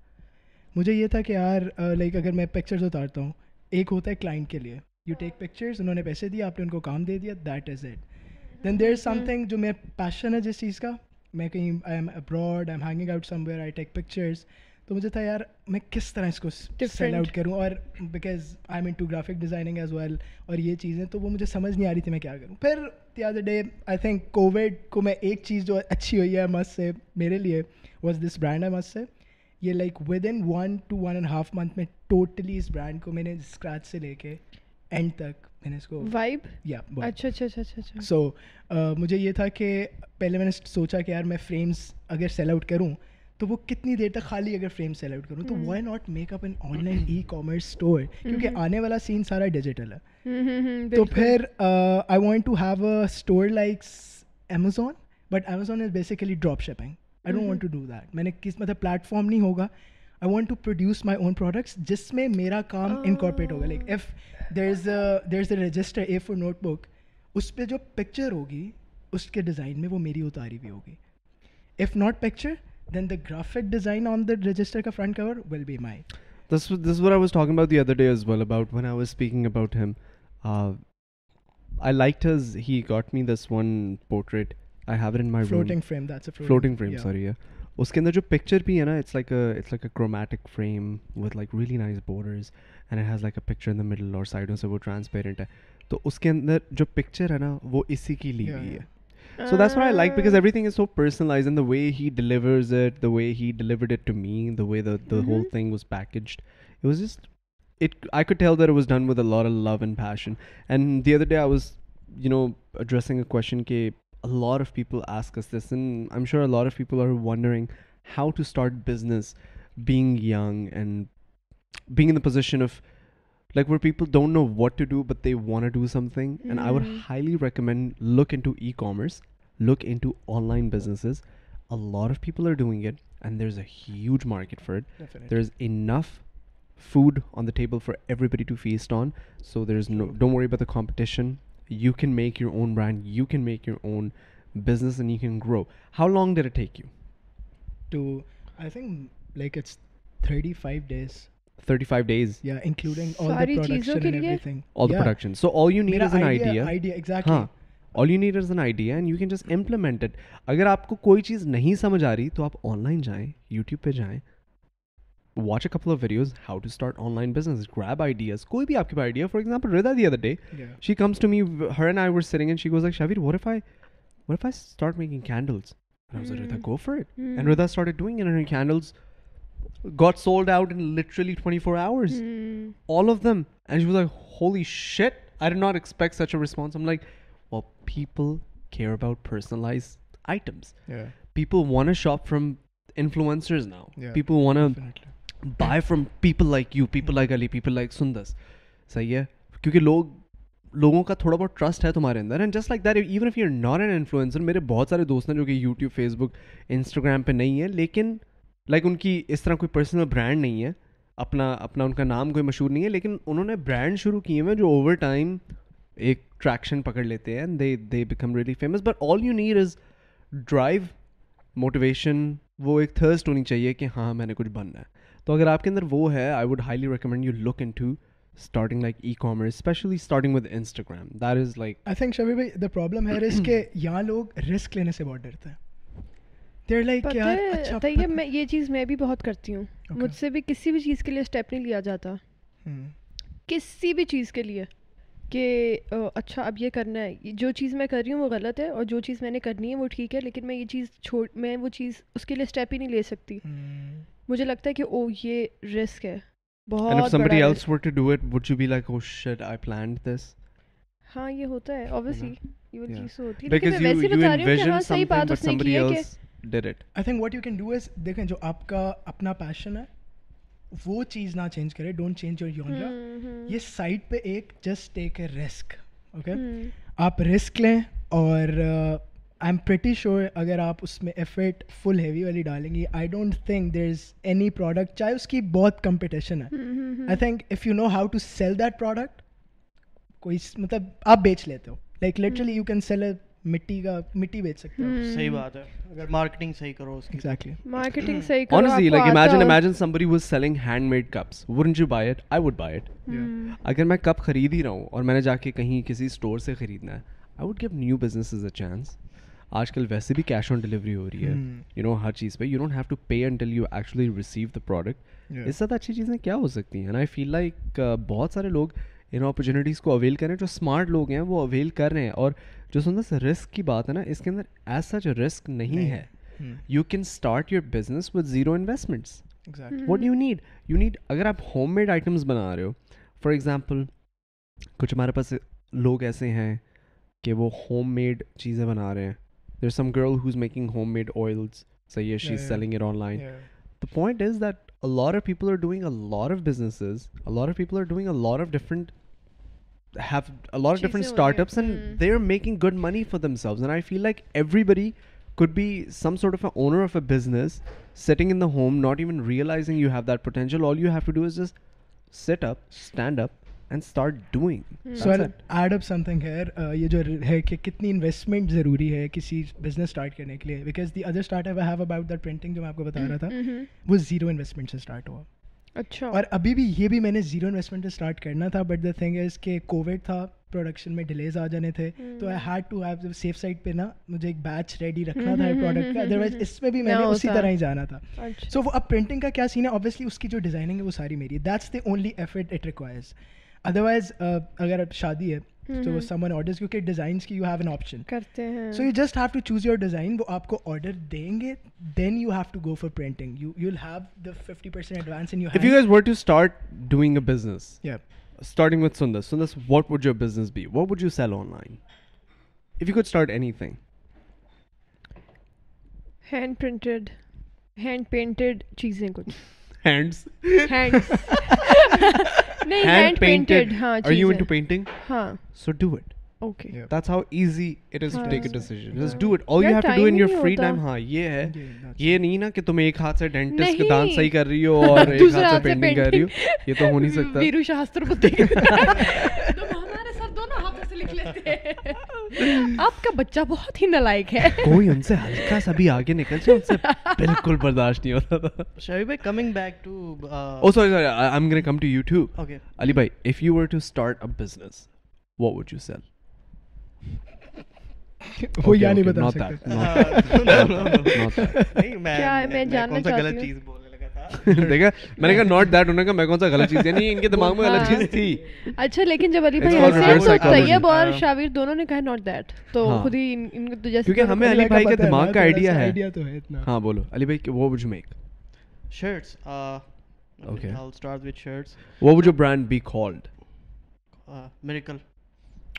Speaker 1: مجھے یہ تھا کہ یار لائک اگر میں پکچرز اتارتا ہوں ایک ہوتا ہے کلائنٹ کے لیے یو ٹیک پکچرز انہوں نے پیسے دیے آپ نے ان کو کام دے دیا that is it then there is something جو میرا پیشن ہے جس چیز کا میں کہیں I am abroad I am hanging out somewhere I take pictures تو مجھے تھا یار میں کس طرح اس کو سیل آؤٹ کروں اور because I mean to graphic designing as well اور یہ چیزیں تو وہ مجھے سمجھ نہیں آ رہی تھی میں کیا کروں پھر the other day I think COVID کو میں ایک چیز جو اچھی ہوئی ہے مست سے میرے لیے واز دس برانڈ ہے مست سے یہ like within one to one and half month میں ٹوٹلی اس برانڈ کو میں نے اسکریچ سے لے کے اینڈ تک میں نے اس کو
Speaker 2: وائب
Speaker 1: یا
Speaker 2: اچھا اچھا اچھا اچھا اچھا
Speaker 1: سو مجھے یہ تھا کہ پہلے میں نے سوچا کہ یار میں فریمس اگر سیل آؤٹ کروں تو وہ کتنی دیر تک خالی اگر فریم سیل آؤٹ کروں تو why not make up an online e commerce store کیونکہ آنے والا سین سارا ڈیجیٹل ہے تو پھر I want to have a store like Amazon but Amazon is basically drop shipping I don't want to do that میں نے کس مطلب پلیٹ فارم نہیں ہوگا I want to produce my own products جس میں میرا کام انکارپوریٹ ہوگا like if there is there is a register A four notebook اس پہ جو پکچر ہوگی اس کے ڈیزائن میں وہ میری اتاری ہوئی ہوگی if not picture then the graphic design on the register کا front cover will be my
Speaker 3: This was this is what I was talking about the other day as well about when I was speaking about him. Uh, I liked his. He got me this one portrait. I have it in my
Speaker 1: floating
Speaker 3: room.
Speaker 1: Frame that's a
Speaker 3: Floating frame. Sorry, yeah. اس کے اندر جو picture بھی ہے نا it's like it's like a chromatic frame with like really nice borders and it has like a picture in the middle اور سائڈوں سے وہ ٹرانسپیرنٹ ہے تو اس کے اندر جو پکچر ہے نا وہ اسی کی لی
Speaker 1: Yeah,
Speaker 3: ہوئی
Speaker 1: yeah.
Speaker 3: ہے So that's what I like
Speaker 2: Ah.
Speaker 3: because everything is so personalized and the way he delivers it, the way he delivered it to me, the way the, the whole thing was packaged. It was just it I could tell that it was done with a lot of love and passion. And the other day I was, you know, addressing a question ke a lot of people ask us this and I'm sure a lot of people are wondering how to start business being young and being in the position of like where people don't know what to do but they want to do something and i would highly recommend look into e-commerce look into online businesses a lot of people are doing it and there's a huge market for it
Speaker 1: Definitely.
Speaker 3: there's enough food on the table for everybody to feast on so there's no don't worry about the competition you can make your own brand you can make your own business and you can grow how long did it take you
Speaker 1: to I think like it's 35 days.
Speaker 3: 35 days
Speaker 1: Yeah, including all the
Speaker 2: सारी चीज़ों
Speaker 1: production
Speaker 2: के
Speaker 1: and
Speaker 2: लिए?
Speaker 1: everything.
Speaker 3: all the
Speaker 1: Yeah, uh,
Speaker 3: production so all you need
Speaker 1: मेरा
Speaker 3: is an
Speaker 1: idea-
Speaker 3: idea
Speaker 1: idea, exactly.
Speaker 3: ہاں all you need is an idea and you can just implement it اگر آپ کو کوئی چیز نہیں سمجھ آ رہی تو آپ آن لائن جائیں یوٹیوب پہ جائیں watch a couple of videos how to start online business grab ideas کوئی بھی آپ کے پاس idea for example Rida the other day
Speaker 1: Yeah.
Speaker 3: She comes to me her and I were سرنگ and she goes like Shabir what if I what if I start making candles Rida go for it and Rida start doing and her candles got sold out in literally twenty four
Speaker 2: Hmm.
Speaker 3: Hours all of them. And she was like, holy shit. I did not expect such a response. I'm like, well, people care about personalized items.
Speaker 1: Yeah.
Speaker 3: People want to shop from influencers now.
Speaker 1: Yeah,
Speaker 3: people want to
Speaker 1: Definitely.
Speaker 3: buy from people like you, people like Ali, people like Sundas. صحیح ہے کیونکہ لوگ لوگوں کا تھوڑا بہت trust ہے تمہارے اندر and just like that even if you not an influencer میرے بہت سارے دوست ہیں جو کہ یوٹیوب فیس بک انسٹاگرام پہ نہیں ہیں لیکن لائک ان کی اس طرح کوئی پرسنل برانڈ نہیں ہے اپنا اپنا ان کا نام کوئی مشہور نہیں ہے لیکن انہوں نے برانڈ شروع کیے ہوئے ہیں جو اوور ٹائم ایک ٹریکشن پکڑ لیتے ہیں they they become really famous but all you need is drive motivation وہ ایک تھرسٹ ہونی چاہیے کہ ہاں میں نے کچھ بننا ہے تو اگر آپ کے اندر وہ ہے I would highly recommend you look into starting like ecommerce especially starting with Instagram that is like
Speaker 1: I think Shabir bhai, the problem here is کہ یہاں لوگ رسک لینے سے بہت ڈرتے ہیں they're like
Speaker 2: پتہ
Speaker 1: yaar
Speaker 2: ہے
Speaker 1: acha
Speaker 2: طیب میں یہ چیز میں بھی بہت کرتی ہوں
Speaker 1: Okay.
Speaker 2: مجھ سے بھی کسی بھی چیز کے لیے اسٹیپ نہیں لیا جاتا
Speaker 1: ہم،
Speaker 2: کسی بھی چیز کے لیے کہ "آ، اچھا اب یہ کرنا ہے یہ جو چیز میں کر رہی ہوں وہ غلط ہے اور جو چیز میں نے کرنی ہے وہ ٹھیک ہے لیکن میں یہ چیز چھوڑ میں وہ چیز اس کے لیے اسٹیپ ہی نہیں لے سکتی
Speaker 1: ہم۔
Speaker 2: مجھے لگتا ہے کہ او یہ رسک ہے
Speaker 3: And if
Speaker 2: بہت
Speaker 3: somebody
Speaker 2: بڑا
Speaker 3: else were to do it, would you be like, oh shit, I planned this?
Speaker 2: risk- ہاں یہ ہوتا ہے obviously یہ وہ
Speaker 3: Yeah.
Speaker 2: چیز تو ہوتی ہے لیکن
Speaker 3: Because
Speaker 2: میں
Speaker 3: you,
Speaker 2: ویسے
Speaker 3: you
Speaker 2: بتا رہی ہوں کہ ہاں
Speaker 3: envisioned
Speaker 2: صحیح
Speaker 3: something,
Speaker 2: بات
Speaker 3: but
Speaker 2: اس نے کی
Speaker 3: somebody
Speaker 2: ہے کہ
Speaker 3: else did it.
Speaker 1: I think what you can do is دیکھیں جو آپ کا اپنا پیشن ہے وہ چیز نہ چینج کرے ڈونٹ چینج یور یونرا یہ سائڈ پہ ایک just take a risk okay آپ رسک لیں اور آئی ایم پریٹی شیور اگر آپ اس میں ایفرٹ فل ہیوی والی ڈالیں گی I don't think there is any product چاہے اس کی بہت کمپٹیشن ہے I think if you know how to sell that product کوئی س- مطلب آپ بیچ لیتے ہو like literally you can sell a مٹی کا مٹی بیچ سکتے ہو
Speaker 4: صحیح بات ہے اگر مارکیٹنگ صحیح کرو اس کی
Speaker 1: ایگزیکٹلی
Speaker 2: مارکیٹنگ صحیح کرو
Speaker 3: Honestly, like imagine, imagine somebody was selling handmade cups. Wouldn't you buy it? I would buy it. اگر میں کپ خرید ہی رہا ہوں اور میں نے جا کے کہیں کسی اسٹور سے خریدنا ہے I would give new businesses a chance آج کل ویسے بھی کیش آن ڈلیوری ہو رہی ہے یو نو ہر چیز پہ you don't have to pay until you actually receive the product
Speaker 1: Yeah.
Speaker 3: اس سے زیادہ اچھی چیزیں کیا ہو سکتی ہیں and I feel like uh, بہت سارے لوگ ان اپرچونیٹیز کو اویل کریں جو اسمارٹ لوگ ہیں وہ اویل کر رہے ہیں اور جو سندر رسک کی بات ہے نا اس کے اندر ایز سچ رسک نہیں ہے Hmm. You can start your business with zero investments
Speaker 1: exactly
Speaker 3: what you need you need اگر آپ ہوم میڈ آئٹمس بنا رہے ہو فار ایگزامپل کچھ ہمارے پاس لوگ ایسے ہیں کہ وہ ہوم میڈ چیزیں بنا رہے ہیں there some girl who's making homemade oils صحیح ہے she is
Speaker 1: Yeah, yeah.
Speaker 3: Selling it online the point is that lot of people are doing a lot of businesses lot of people are doing a lot of different have lot of
Speaker 2: چیزیں
Speaker 3: different
Speaker 2: ہو رہی
Speaker 3: start
Speaker 2: ہیں،
Speaker 3: ups and they are making good money for them sales and I feel like everybody could be some sort of an owner of a business sitting in the home, not even realizing you have that potential. All you have to do is just sit up, stand up, and start doing. Hmm. That's
Speaker 1: so
Speaker 3: it.
Speaker 1: Add up something here Uh, یہ جو ہے کہ کتنی investment ضروری ہے کسی business start کرنے کے لیے because the other start up have about that printing جو میں آپ کو
Speaker 3: Hmm.
Speaker 1: بتا رہا تھا وہ زیرو انویسٹمنٹ سے اسٹارٹ ہوا
Speaker 3: Oh.
Speaker 2: اچھا
Speaker 1: اور ابھی بھی یہ بھی میں نے زیرو انویسٹمنٹ سے اسٹارٹ کرنا تھا بٹ دا تھنگ از کہ کووڈ تھا پروڈکشن میں ڈیلیز آ جانے تھے
Speaker 3: Hmm.
Speaker 1: تو I had to have safe side پہ نا مجھے ایک بیچ ریڈی
Speaker 3: Hmm.
Speaker 1: رکھنا تھا پروڈکٹ کا ادروائز اس میں بھی میں نے اسی طرح ہی جانا تھا
Speaker 2: اچھا
Speaker 1: سو وہ اب پرنٹنگ کا کیا سین ہے اوبیسلی اس کی جو ڈیزائننگ ہے وہ ساری میری ہے that's the only effort it requires otherwise uh, اگر اب شادی ہے تو سم ون آرڈرز کیونکہ ڈیزائنس کی یو ہیو این آپشن
Speaker 2: کرتے ہیں
Speaker 1: so you just have to choose your design وہ آپ کو آرڈر دیں گے then you have to go for printing you you have the fifty percent advance in you
Speaker 3: If you guys were to start doing a business,
Speaker 1: yeah
Speaker 3: starting with Sundas, Sundas, what would your business be? What would you sell online? If you could start anything,
Speaker 2: hand printed hand painted چیزیں کچھ
Speaker 3: hands,
Speaker 2: hand نہیں hand painted ہاں
Speaker 3: Are you into painting?
Speaker 2: ہاں
Speaker 3: So do it.
Speaker 2: Okay
Speaker 1: Yeah.
Speaker 3: That's how easy it is to
Speaker 2: हाँ.
Speaker 3: take a decision. Just do it. All you
Speaker 2: यार,
Speaker 3: have to do
Speaker 2: time
Speaker 3: in
Speaker 2: ही
Speaker 3: your
Speaker 2: नहीं
Speaker 3: free
Speaker 2: होता.
Speaker 3: time, हाँ ये है
Speaker 1: Yeah, that's-
Speaker 3: یہ نہیں نا کہ تم ایک ہاتھ سے ڈینٹسٹ کے دانت
Speaker 2: नहीं.
Speaker 3: صحیح کر رہی ہو اور ایک
Speaker 2: دوسرے
Speaker 3: ہاتھ سے
Speaker 2: ہاتھ سے
Speaker 3: پینٹنگ کر رہی ہو یہ تو ہو نہیں سکتا
Speaker 2: ویرو شاستر کو دیکھ ہمارے ساتھ دونوں ہاتھوں سے لکھ لیتے ہیں آپ کا بچہ بہت ہی نالائق ہے
Speaker 3: کوئی ان سے ہلکا سا بھی آگے نکل جائے ان سے بالکل برداشت نہیں ہوتا تھا
Speaker 4: شاہی بھائی coming back to
Speaker 3: oh sorry sorry I am gonna come to YouTube
Speaker 4: okay
Speaker 3: Ali بھائی if you were to start a business what would you sell
Speaker 1: وہ یا نہیں بتا سکتے
Speaker 4: نہیں میں میں جاننا چاہتا ہوں غلط چیز بولنے لگا تھا
Speaker 3: دیکھا میں نے کہا ناٹ دیٹ انہوں نے کہا میں کون سا غلط چیز یعنی ان کے دماغ میں غلط چیز تھی
Speaker 2: اچھا لیکن جب علی بھائی
Speaker 3: It's called
Speaker 2: ایسے ہیں
Speaker 3: reverse
Speaker 2: تو
Speaker 3: psychology.
Speaker 2: طیب اور شاویر دونوں نے کہا ناٹ دیٹ تو
Speaker 3: हाँ.
Speaker 2: خود ہی ان ان کو تو جیسے
Speaker 3: کیونکہ
Speaker 2: دونوں
Speaker 3: ہمیں علی بھائی کے دماغ کا آئیڈیا ہے
Speaker 1: آئیڈیا تو ہے اتنا
Speaker 3: ہاں بولو علی بھائی وہ would you make
Speaker 4: shirts start with shirts
Speaker 3: وہ جو brand be called
Speaker 4: Uh, miracle
Speaker 2: کو-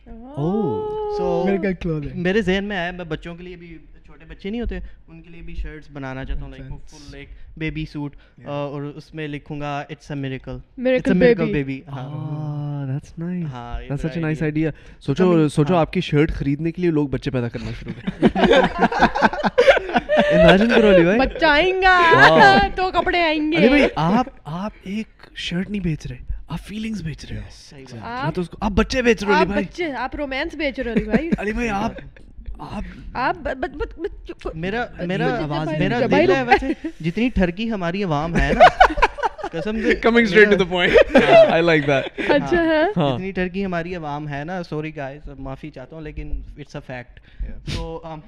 Speaker 3: Oh.
Speaker 2: Oh.
Speaker 4: سو
Speaker 1: میرے کا کلوز ہے
Speaker 4: میرے ذہن میں آیا میں بچوں کے لیے بھی چھوٹے بچے نہیں ہوتے ان کے لیے بھی شرٹس بنانا چاہتا ہوں لائک فل ایک بیبی سوٹ اور اس میں لکھوں گا اٹس اے میریکل بیبی ہاں
Speaker 2: ہاں،
Speaker 4: हाँ, ये तो idea है।
Speaker 3: آئیڈیا سوچو سوچو آپ کی شرٹ خریدنے کے لیے لوگ بچے پیدا کرنا شروع کریں
Speaker 2: بچہ آئیں گا تو کپڑے آئیں گے
Speaker 3: آپ آپ ایک شرٹ نہیں بیچ رہے آپ فیلنگس بیچ رہے
Speaker 4: صحیح
Speaker 3: ہو
Speaker 4: बात।
Speaker 3: آپ آپ بچے بیچ رہے
Speaker 2: آپ
Speaker 3: ہو
Speaker 2: بچے آپ رومانس بیچ رہے ہو بھائی
Speaker 3: علی بھائی آپ آپ
Speaker 2: آپ
Speaker 4: میرا
Speaker 3: میرا-
Speaker 4: میرا
Speaker 3: आवाज़
Speaker 4: میرا
Speaker 3: नहीं
Speaker 4: دل
Speaker 2: जबाई
Speaker 4: ہے ویسے جتنی ٹھرکی ہماری عوام ہے نا قسم سے
Speaker 3: coming straight to the point I like that
Speaker 2: اچھا ہے
Speaker 4: اتنی ٹرکی ہماری عوام ہے نا سوری گائز معافی چاہتا ہوں لیکن اٹس اے فیکٹ تو ہم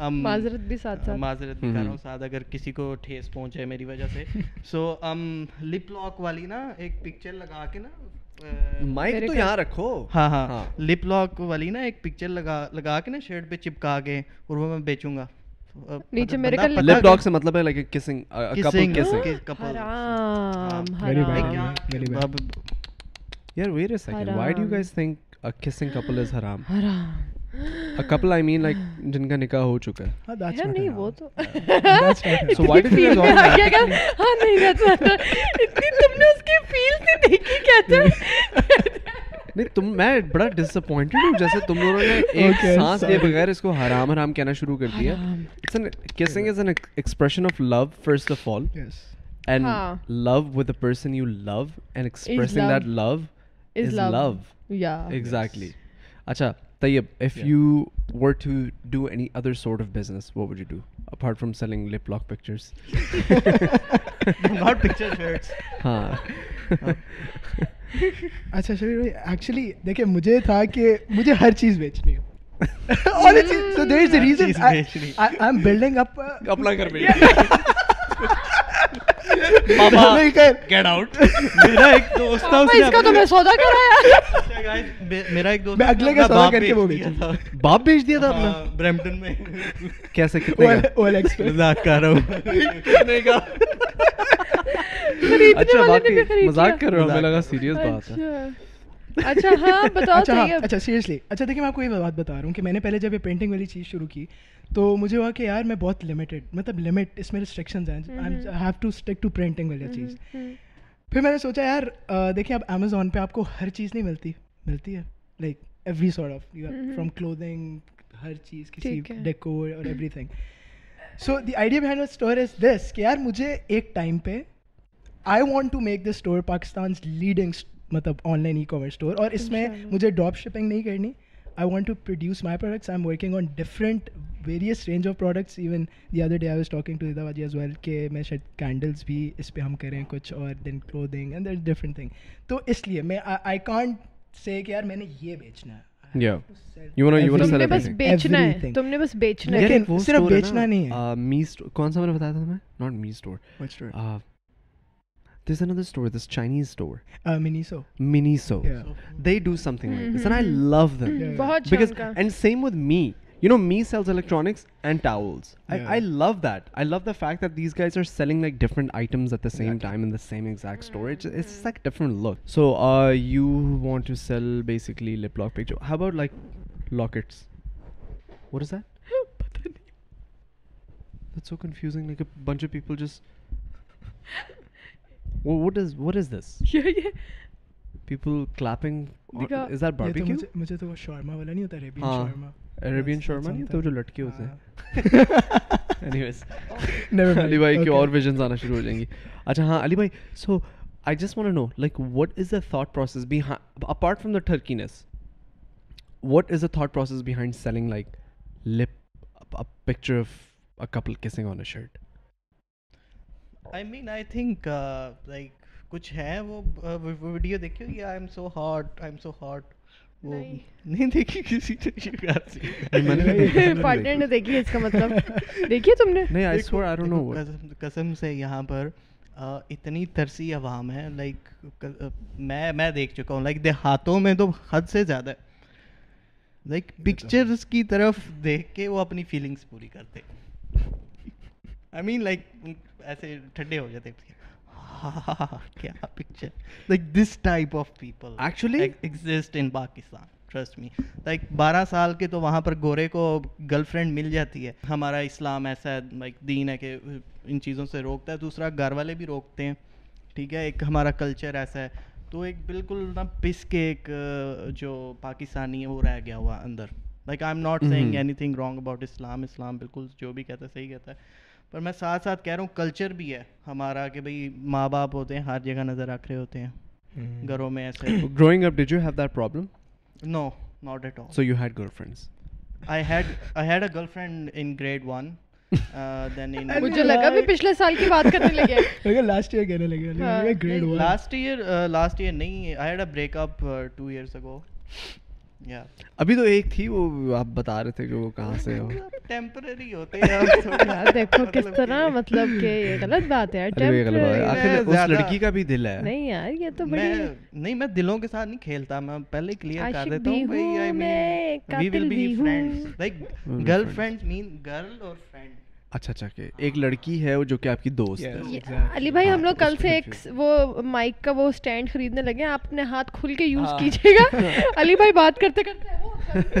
Speaker 4: ہاں،
Speaker 2: معذرت بھی ساتھ ساتھ
Speaker 4: معذرت بھی کر رہا ہوں ساتھ اگر کسی کو ٹھیس پہنچے میری وجہ سے سو ہم لپ لاک والی نا ایک پکچر لگا کے نا
Speaker 3: مائک تو یہاں رکھو
Speaker 4: ہاں ہاں لپ لاک والی نا ایک پکچر لگا لگا کے نا شرٹ پہ چپکا کے اور وہ میں بیچوں گا
Speaker 2: نیچے میرے کا
Speaker 3: لپ ڈاگ سے مطلب ہے لائک کسنگ کپل کسنگ
Speaker 2: حرام
Speaker 4: ہاں۔
Speaker 1: ویری
Speaker 2: حرام
Speaker 1: بیڈ ویری بیڈ
Speaker 3: یار wait a second why do you guys think a kissing couple is حرام
Speaker 2: حرام
Speaker 3: ا کپل آئی مین لائک جن کا نکاح ہو چکا ہے
Speaker 1: ہاں
Speaker 2: یار نہیں وہ تو
Speaker 3: سو وائی ڈو یو گائز
Speaker 2: ہاں نہیں کہتا اتنی تم نے اس کی فیل سے دیکھی کہتا
Speaker 3: نہیں تم میں بڑا ڈس اپوائنٹڈ ہوں جیسے تم لوگوں نے ایک سانس لیے بغیر اس کو حرام حرام کہنا شروع کر دیا kissing is an expression of love first of all and love with a person you love and expressing that love is love
Speaker 2: یا
Speaker 3: ایگزیکٹلی اچھا Tayyab if you were to do any other sort of business وہ would you do apart from selling lip lock pictures
Speaker 4: not picture shirts
Speaker 3: ہاں
Speaker 1: اچھا شبیر بھائی actually دیکھیں مجھے تھا کہ مجھے ہر چیز بیچنی ہے
Speaker 3: Oh,
Speaker 1: اور so there is a reason I'm building اپ
Speaker 3: اپنا گھر میں
Speaker 4: گیٹ آؤٹ میرا ایک دوست تھا اس نے
Speaker 2: اس کا تو میں سودا کرایا
Speaker 4: اچھا guys، می- میرا ایک دوست
Speaker 1: میں اگلے کا سوال کر کے وہ بیچوں
Speaker 3: باپ بھیج دیا تھا اپنا
Speaker 4: برمپٹن ہاں، میں
Speaker 3: کیسے کتنے کا
Speaker 4: مذاق کر رہا ہوں کتنے کا
Speaker 2: خریدنے
Speaker 3: اچھا
Speaker 2: والے نے بھی
Speaker 3: واقعی
Speaker 2: خرید
Speaker 3: مذاق کر رہا ہوں میں لگا سیریس بات ہے
Speaker 2: اچھا اچھا ہاں بتاؤ
Speaker 1: اچھا اچھا سیریسلی اچھا دیکھیے میں آپ کو یہ بات بتا رہا ہوں کہ میں نے پہلے جب یہ پینٹنگ والی چیز شروع کی تو مجھے ہوا کہ یار میں بہت لمیٹڈ مطلب لمٹ اس میں ریسٹرکشنز ہیں have to stick to printing والی چیز پھر میں نے سوچا یار دیکھیں اب امیزون پہ آپ کو ہر چیز نہیں ملتی ملتی ہے like every sort of from clothing ہر چیز کسی ڈیکور اور everything so the idea behind store is this کہ یار مجھے ایک ٹائم پہ I want to make this store Pakistan leading مطلب online e commerce store اور اس میں مجھے ڈراپ شپنگ نہیں کرنی I want to produce my products I am working on different various range of products even the other day I was talking to دیداواد as well کہ میں شاید کینڈلس بھی اس پہ ہم کریں کچھ اور then clothing and that different thing تو اس لیے میں آئی کانٹ سے کہ یار میں نے یہ بیچنا ہے
Speaker 3: یو نو یو
Speaker 2: تم نے
Speaker 3: نو
Speaker 2: بس بیچنا ہے تم نے بس بیچنا ہے
Speaker 1: صرف بیچنا نہیں ہے
Speaker 3: می کون سا میں نے بتایا تھا میں not me store Uh, this اندر store this Chinese store
Speaker 1: Miniso
Speaker 3: Miniso they do something I love them
Speaker 2: بہت
Speaker 3: because and same with me you know me sells electronics and towels I love that I love the fact that these guys are selling like different items at the same time in the same exact storage it's like different look so you want to sell basically lip lock picture how about like lockets what is that that's so confusing like bunch of people جس what is what is this people clapping
Speaker 2: دکھا-
Speaker 3: is that barbecue
Speaker 1: مجھے تو وہ شارما والا نہیں ہوتا ریبی
Speaker 3: ہاں
Speaker 1: Sharma
Speaker 3: Arabian شورما نہیں تو جو لٹکے ہوتے ہیں Anyways, علی بھائی کے اور ویژنز آنا شروع ہو جائیں گی اچھا ہاں علی بھائی so I just want know like what is the thought process behind apart from the ٹرکینس what is the thought process behind selling like lip picture of a couple kissing on a shirt
Speaker 4: I mean I think like uh, کچھ ہے وہ video دیکھی ہوگی I'm so hot I'm so hot وہ نہیں دیکھی کسی
Speaker 2: partner نے دیکھی اس کا مطلب دیکھیے تم نے
Speaker 3: نہیں I swear I don't know what
Speaker 4: قسم سے یہاں پر اتنی ترسی عوام ہے لائک میں میں دیکھ چکا ہوں لائک دیہاتوں میں تو حد سے زیادہ لائک پکچرز کی طرف دیکھ کے وہ اپنی فیلنگس پوری کرتے آئی مین لائک ایسے ٹھنڈے ہو جاتے کیا picture like this type of people
Speaker 3: Actually-
Speaker 4: exit in Pakistan trust me like بارہ سال کے تو وہاں پر گورے کو گرل فرینڈ مل جاتی ہے ہمارا اسلام ایسا ہے لائک دین ہے کہ ان چیزوں سے روکتا ہے دوسرا گھر والے بھی روکتے ہیں ٹھیک ہے ایک ہمارا کلچر ایسا ہے تو ایک بالکل نہ پس کے ایک جو پاکستانی ہے وہ رہ گیا ہوا اندر like I'm not seeing anything wrong about Islam Islam بالکل جو بھی کہتا ہے صحیح کہتا ہے پر میں ساتھ ساتھ کہہ رہا ہوں کلچر بھی ہے ہمارا کہ بھائی ماں باپ ہوتے ہیں ہر جگہ نظر رکھ رہے ہوتے ہیں گھروں میں ایسے
Speaker 3: growing up did you have that problem
Speaker 4: no not at all
Speaker 3: so you had girlfriends
Speaker 4: I had I had a girlfriend in grade one دین
Speaker 2: مجھے لگا میں پچھلے سال کی بات کرنے لگے
Speaker 1: لاسٹ ایئر کہنے
Speaker 2: ہاں,
Speaker 1: لگے grade one
Speaker 4: last year last year نہیں I had a break up two years ago یا
Speaker 3: ابھی تو ایک تھی وہ آپ بتا رہے تھے کہ وہ کہاں سے ہو
Speaker 4: ٹیمپرری ہوتے ہیں
Speaker 2: یار دیکھو کس طرح مطلب کہ یہ غلط بات ہے
Speaker 3: ارے غلط ہے
Speaker 2: temporary
Speaker 3: آخر اس
Speaker 4: زیادہ-
Speaker 3: لڑکی کا بھی دل ہے
Speaker 2: نہیں یار یہ تو بڑی
Speaker 4: میں نہیں میں دلوں کے ساتھ نہیں کھیلتا میں پہلے کلیئر کر
Speaker 2: عاشق
Speaker 4: دیتا
Speaker 2: بھی
Speaker 4: ہوں بھائی
Speaker 2: ہوں میں،
Speaker 4: وی
Speaker 2: قاتل
Speaker 4: ول
Speaker 2: بھی
Speaker 4: بی
Speaker 2: ہوں۔
Speaker 4: Friends like girl friend man girl اور فرینڈ
Speaker 3: اچھا اچھا کہ ایک لڑکی ہے وہ جو کہ آپ کی دوست ہے
Speaker 2: علی بھائی
Speaker 3: ہاں،
Speaker 2: ہم لوگ کل سے ایک وہ مائک کا وہ اسٹینڈ خریدنے لگے آپ اپنے ہاتھ کھل کے یوز کیجیے گا علی بھائی بات کرتے کرتے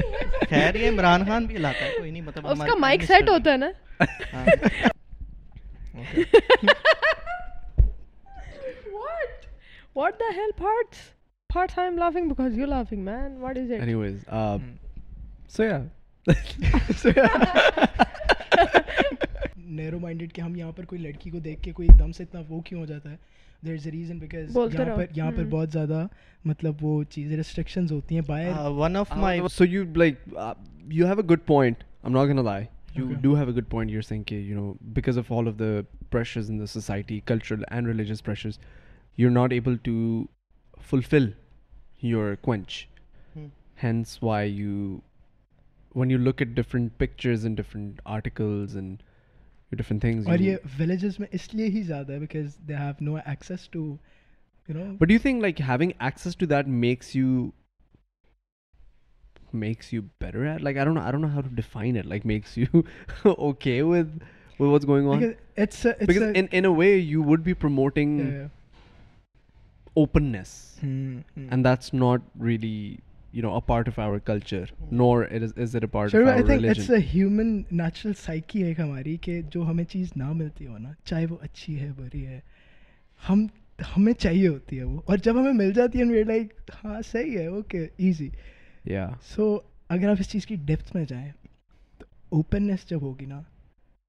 Speaker 4: خیر یہ عمران خان بھی لاتا ہے کوئی نہیں مطلب ہاں۔
Speaker 2: اس کا مائک سیٹ ہوتا ہے نا what what the hell parts parts I'm laughing because you laughing man what is it
Speaker 3: Anyways, uh, so yeah.
Speaker 1: Narrow minded کہ ہم یہاں پر کوئی لڑکی کو دیکھ کے کوئی ایک دم سے اتنا وہ کیوں ہو جاتا ہے there is a reason because
Speaker 2: بولتے
Speaker 1: یہاں
Speaker 2: رہو۔
Speaker 1: پر یہاں پر بہت زیادہ مطلب وہ چیزیں ریسٹرکشنز ہوتی ہیں
Speaker 3: ہاں،
Speaker 1: باہر
Speaker 4: one of my
Speaker 3: so you like uh, you have a good point. I'm not gonna lie. You do have a good point. You're saying, okay, you know, because of all of the pressures in the society, cultural and religious pressures, you're not able to fulfill your quench.
Speaker 4: Hmm.
Speaker 3: Hence, why you, when you look at different pictures and different articles and different things,
Speaker 1: اور
Speaker 3: you-
Speaker 1: یہ villages میں اس لیے ہی زیادہ ہے because they have no access to you know
Speaker 3: But do you think like having access to that makes you makes you better at like I don't know I don't know how to define it like makes you okay with with what's going on
Speaker 1: it's
Speaker 3: because in in a way you would be promoting openness and that's not really you know a part of our culture nor it is is it a part of our
Speaker 1: it's
Speaker 3: religion
Speaker 1: a human natural psyche ہے ایک ہماری کہ جو ہمیں چیز نہ ملتی ہو نا چاہے وہ اچھی ہے بری ہے ہم ہمیں چاہیے ہوتی ہے وہ اور جب ہمیں مل جاتی ہے ویئر لائک ہاں صحیح ہے اوکے ایزی
Speaker 3: yeah
Speaker 1: سو اگر آپ اس چیز کی ڈیپتھ میں جائیں تو اوپننیس جب ہوگی نا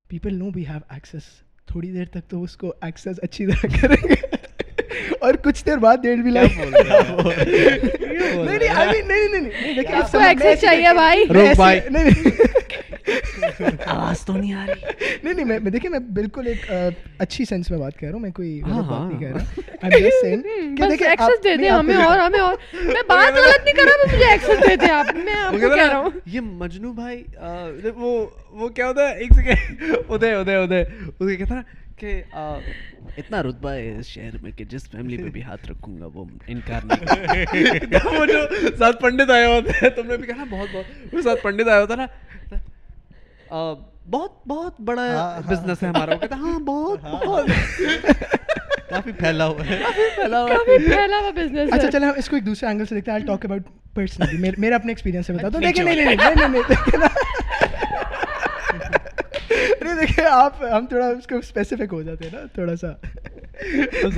Speaker 1: people know we have access تھوڑی دیر تک تو اس کو ایکسیس اچھی طرح کریں گے اور کچھ دیر بعد ڈیڑھ بھی لائف نہیں نہیں I mean، نہیں نہیں نہیں
Speaker 2: اس
Speaker 1: لیکن
Speaker 2: کو
Speaker 1: آپ سمجھ- میں
Speaker 2: ایکسس
Speaker 1: ایسے-
Speaker 2: چاہیے بھائی
Speaker 1: میں
Speaker 3: روک
Speaker 1: ایسے-
Speaker 3: بھائی۔
Speaker 1: نہیں، نہیں
Speaker 3: आवाज तो नहीं आ रही
Speaker 1: نہیں نہیں میں میں- دیکھیں میں بالکل ایک آ، اچھی سینس میں بات کر رہا ہوں میں کوئی غلط
Speaker 3: ہاں،
Speaker 1: بات
Speaker 3: ہاں۔
Speaker 1: نہیں کہہ رہا I'm just saying کہ دیکھیں آپ-
Speaker 2: ایکسس دے دیں
Speaker 1: نہیں، آپ
Speaker 2: ہمیں
Speaker 1: کو-
Speaker 2: اور ہمیں اور میں بات غلط نہیں کر رہا مجھے ایکسس دے دیں آپ میں آپ کو کہہ رہا ہوں
Speaker 3: یہ مجنو بھائی وہ وہ کیا ہوتا ہے ایک سیکنڈ ادے ادے ادے ادے کہتا نا کہ اتنا رتبہ ہے اس شہر میں کہ جس فیملی پہ بھی ہاتھ رکھوں گا وہ انکار نہیں وہ جو ساتھ پنڈت آیا ہوتا ہے تم نے بھی کہا بہت بہت وہ ساتھ پنڈت آیا ہوتا نا بہت بہت
Speaker 1: ہاں،
Speaker 3: بڑا بزنس ہے ہمارا وہ کہتا ہاں بہت
Speaker 4: کافی پھیلا ہوا ہے
Speaker 2: کافی پھیلا ہوا بزنس
Speaker 1: اچھا چلے ہم اس کو ایک دوسرے اینگل سے دیکھتے ہیں ٹاک اباؤٹ پرسنلی میرا اپنے ایکسپیرینس سے بتا دوں دیکھیں نہیں نہیں نہیں نہیں نہیں دیکھیں آپ ہم تھوڑا اس کو اسپیسیفک ہو جاتے ہیں نا تھوڑا سا
Speaker 3: بہت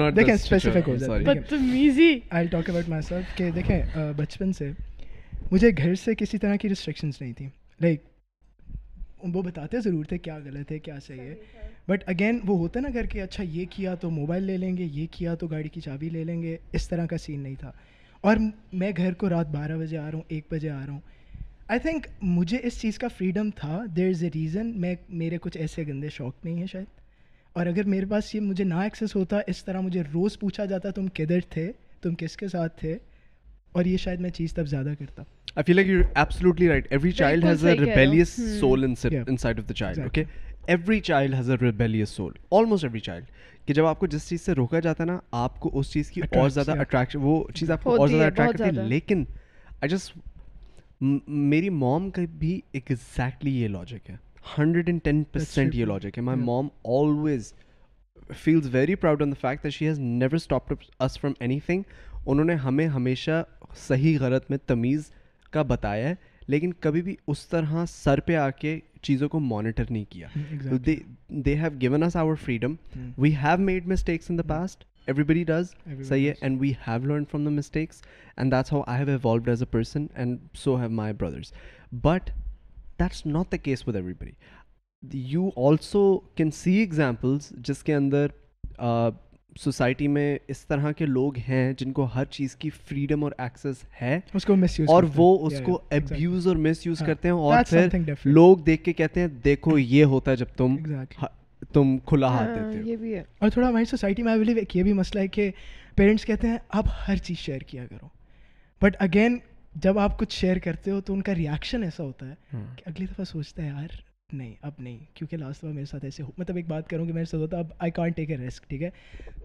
Speaker 1: ہاں، دیکھیں اسپیسیفک ہو جاتے ہیں
Speaker 2: بدتمیزی
Speaker 1: I talk about myself کہ دیکھیں آ، بچپن سے مجھے گھر سے کسی طرح کی ریسٹرکشنس نہیں تھیں لائک وہ بتاتے ضرور تھے کیا غلط ہے کیا صحیح ہے بٹ اگین وہ ہوتا نا گھر کے اچھا یہ کیا تو موبائل لے لیں گے یہ کیا تو گاڑی کی چابی لے لیں گے اس طرح کا سین نہیں تھا اور م- میں گھر کو رات بارہ بجے آ رہا ہوں ایک بجے آ رہا ہوں آئی تھنک مجھے اس چیز کا فریڈم تھا دیر از اے ریزن میں میرے کچھ ایسے گندے شوق نہیں ہیں شاید اور اگر میرے پاس یہ مجھے نہ ایکسیس ہوتا اس طرح مجھے روز پوچھا جاتا تم کدھر تھے تم کس کے ساتھ تھے اور یہ شاید میں چیز تب زیادہ کرتا
Speaker 3: I feel like you're absolutely right. Every child
Speaker 2: بالکل
Speaker 3: has a
Speaker 2: صحیح کہہ رہے ہو.
Speaker 3: rebellious soul insi-
Speaker 1: Yeah.
Speaker 3: inside of the child.
Speaker 1: Exactly.
Speaker 3: Okay, every child has a rebellious soul. Almost every child. کہ جب آپ کو جس چیز سے روکا جاتا ہے نا آپ کو اس چیز کی اور
Speaker 1: Attracts,
Speaker 3: زیادہ
Speaker 1: yeah.
Speaker 3: اٹریکشن وہ چیز آپ کو اور
Speaker 2: ہوتی
Speaker 3: زیادہ
Speaker 2: ہے،
Speaker 3: اٹریکٹ
Speaker 2: بہت
Speaker 3: کرتی ہے
Speaker 2: زیادہ۔
Speaker 3: لیکن آئی جسٹ میری موم کا بھی ایگزیکٹلی یہ لاجک ہے ہنڈریڈ اینڈ ٹین پرسینٹ یہ لاجک ہے my mom always feels very proud on the fact that she has never stop us from anything انہوں نے ہمیں ہمیشہ صحیح غلط میں تمیز کا بتایا ہے لیکن کبھی بھی اس طرح سر پہ آ کے چیزوں کو مانیٹر نہیں کیا they have given us our freedom we have made mistakes in the past everybody does صحیح ہے and we have learn from the mistakes and that's how I have evolved as a person and so have my brothers but that's not the case with everybody you also can see examples جس کے اندر society میں اس طرح کے لوگ ہیں جن کو ہر چیز کی فریڈم اور ایکسیس ہے
Speaker 1: اس کو مس یوز
Speaker 3: اور وہ اس کو ابیوز اور مس یوز کرتے ہیں اور پھر لوگ دیکھ کے کہتے ہیں دیکھو یہ ہوتا ہے جب تم تم
Speaker 1: ہاں،
Speaker 3: کھلا ہاتھ دیتے ہو
Speaker 2: ہاں، یہ بھی ہے
Speaker 1: اور تھوڑا ہماری سوسائٹی میں آئی بلیو ایک یہ بھی مسئلہ ہے کہ پیرنٹس کہتے ہیں آپ ہر چیز شیئر کیا کرو بٹ اگین جب آپ کچھ شیئر کرتے ہو تو ان کا ریاکشن ایسا ہوتا ہے کہ اگلی دفعہ سوچتا ہے یار نہیں اب نہیں کیونکہ لاسٹ دفعہ میرے ساتھ ایسے ہو مطلب ایک بات کروں کہ میرے ساتھ ہوتا اب I can't take a risk ٹھیک ہے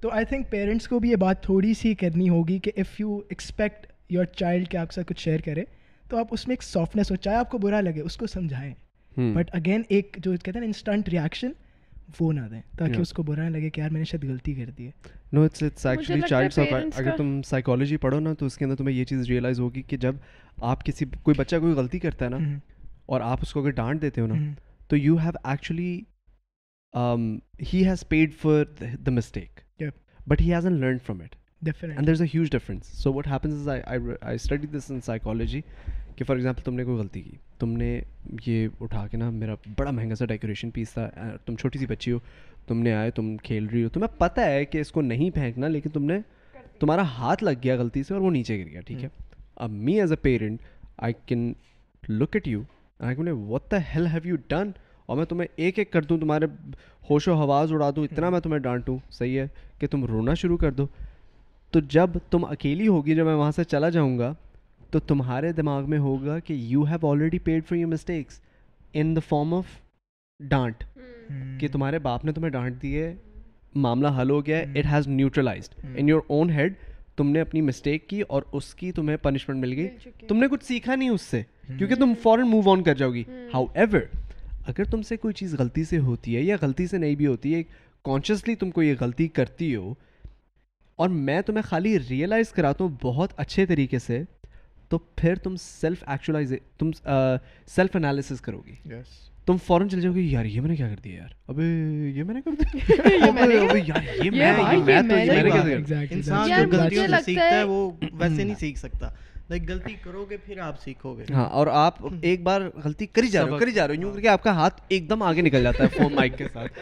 Speaker 1: تو آئی تھنک پیرنٹس کو بھی یہ بات تھوڑی سی کرنی ہوگی کہ if you expect your child کہ آپ کے ساتھ کچھ شیئر کرے تو آپ اس میں ایک سافٹنیس ہو چاہے آپ کو برا لگے اس کو سمجھائیں
Speaker 3: Hmm.
Speaker 1: بٹ اگین ایک جو کہتے ہیں نا انسٹنٹ ریاکشن وہ نہ دیں تاکہ اس کو برا نہ لگے کہ یار میں نے شاید غلطی کر دی ہے
Speaker 3: no it's it's actually child psych اگر تم سائیکالوجی پڑھو نا تو اس کے اندر تمہیں یہ چیز ریئلائز ہوگی کہ جب آپ کسی کوئی بچہ کوئی غلطی کرتا ہے نا
Speaker 1: Hmm.
Speaker 3: اور آپ اس کو اگر ڈانٹ دیتے ہو نا تو you have actually um، he has paid for the mistake but he has an learn from it and there is a huge difference so what happens I study this in psychology کہ for example تم نے کوئی غلطی کی تم نے یہ اٹھا کے نا میرا بڑا مہنگا سا ڈیکوریشن پیس تھا تم چھوٹی سی بچی ہو تم نے آئے تم کھیل رہی ہو تمہیں پتہ ہے کہ اس کو نہیں پھینکنا لیکن تم نے تمہارا ہاتھ لگ گیا غلطی سے اور وہ نیچے گر گیا ٹھیک ہے اب me as a parent I can look at you I can what the hell have you done اور میں تمہیں ایک ایک کر دوں تمہارے ہوش و حواز اڑا دوں اتنا میں تمہیں ڈانٹوں صحیح ہے کہ تم رونا شروع کر دو تو جب تم اکیلی ہوگی جب میں وہاں سے چلا جاؤں گا تو تمہارے دماغ میں ہوگا کہ you have already paid for your mistakes in the form of ڈانٹ
Speaker 1: Hmm.
Speaker 3: کہ تمہارے باپ نے تمہیں ڈانٹ دی ہے معاملہ حل ہو گیا ہے it has neutralized in your own head تم نے اپنی مسٹیک کی اور اس کی تمہیں پنشمنٹ مل گئی تم نے کچھ سیکھا نہیں اس سے کیونکہ تم فوراً موو آن کر جاؤ گی ہاؤ ایور اگر تم سے کوئی چیز غلطی سے ہوتی ہے یا غلطی سے نہیں بھی ہوتی ہے کانشیسلی تم کو یہ غلطی کرتی ہو اور میں تمہیں خالی ریئلائز کراتا ہوں بہت اچھے طریقے سے تو پھر تم سیلف ایکچولاز تم سیلف انالیسس کرو گی تم فوراً چلے جاؤ گے یار یہ میں نے کیا کر دیا یار ابے یہ میں نے کر دیا
Speaker 4: انسان جو غلطیوں سے سیکھتا ہے وہ ویسے نہیں سیکھ سکتا لائک غلطی کرو گے پھر آپ سیکھو گے
Speaker 3: ہاں اور آپ ایک بار غلطی کری جا رہے ہو کری جا رہے ہو یوں کر کے آپ کا ہاتھ ایک دم آگے نکل جاتا ہے فون مائک کے ساتھ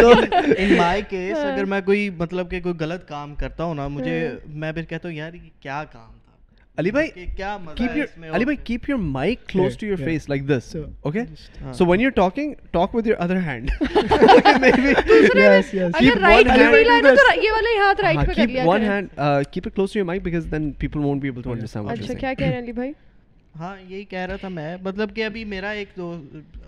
Speaker 4: تو ان مائی کیس اگر میں کوئی مطلب کہ کوئی غلط کام کرتا ہوں نا مجھے میں پھر کہتا ہوں یار یہ کیا کام تھا
Speaker 3: علی بھائی علی بھائی keep your mic close to your face like this okay so when you talking talk with your other hand uh,
Speaker 2: اچھا،
Speaker 4: ہاں یہی کہہ رہا تھا میں مطلب کہ ابھی میرا ایک دو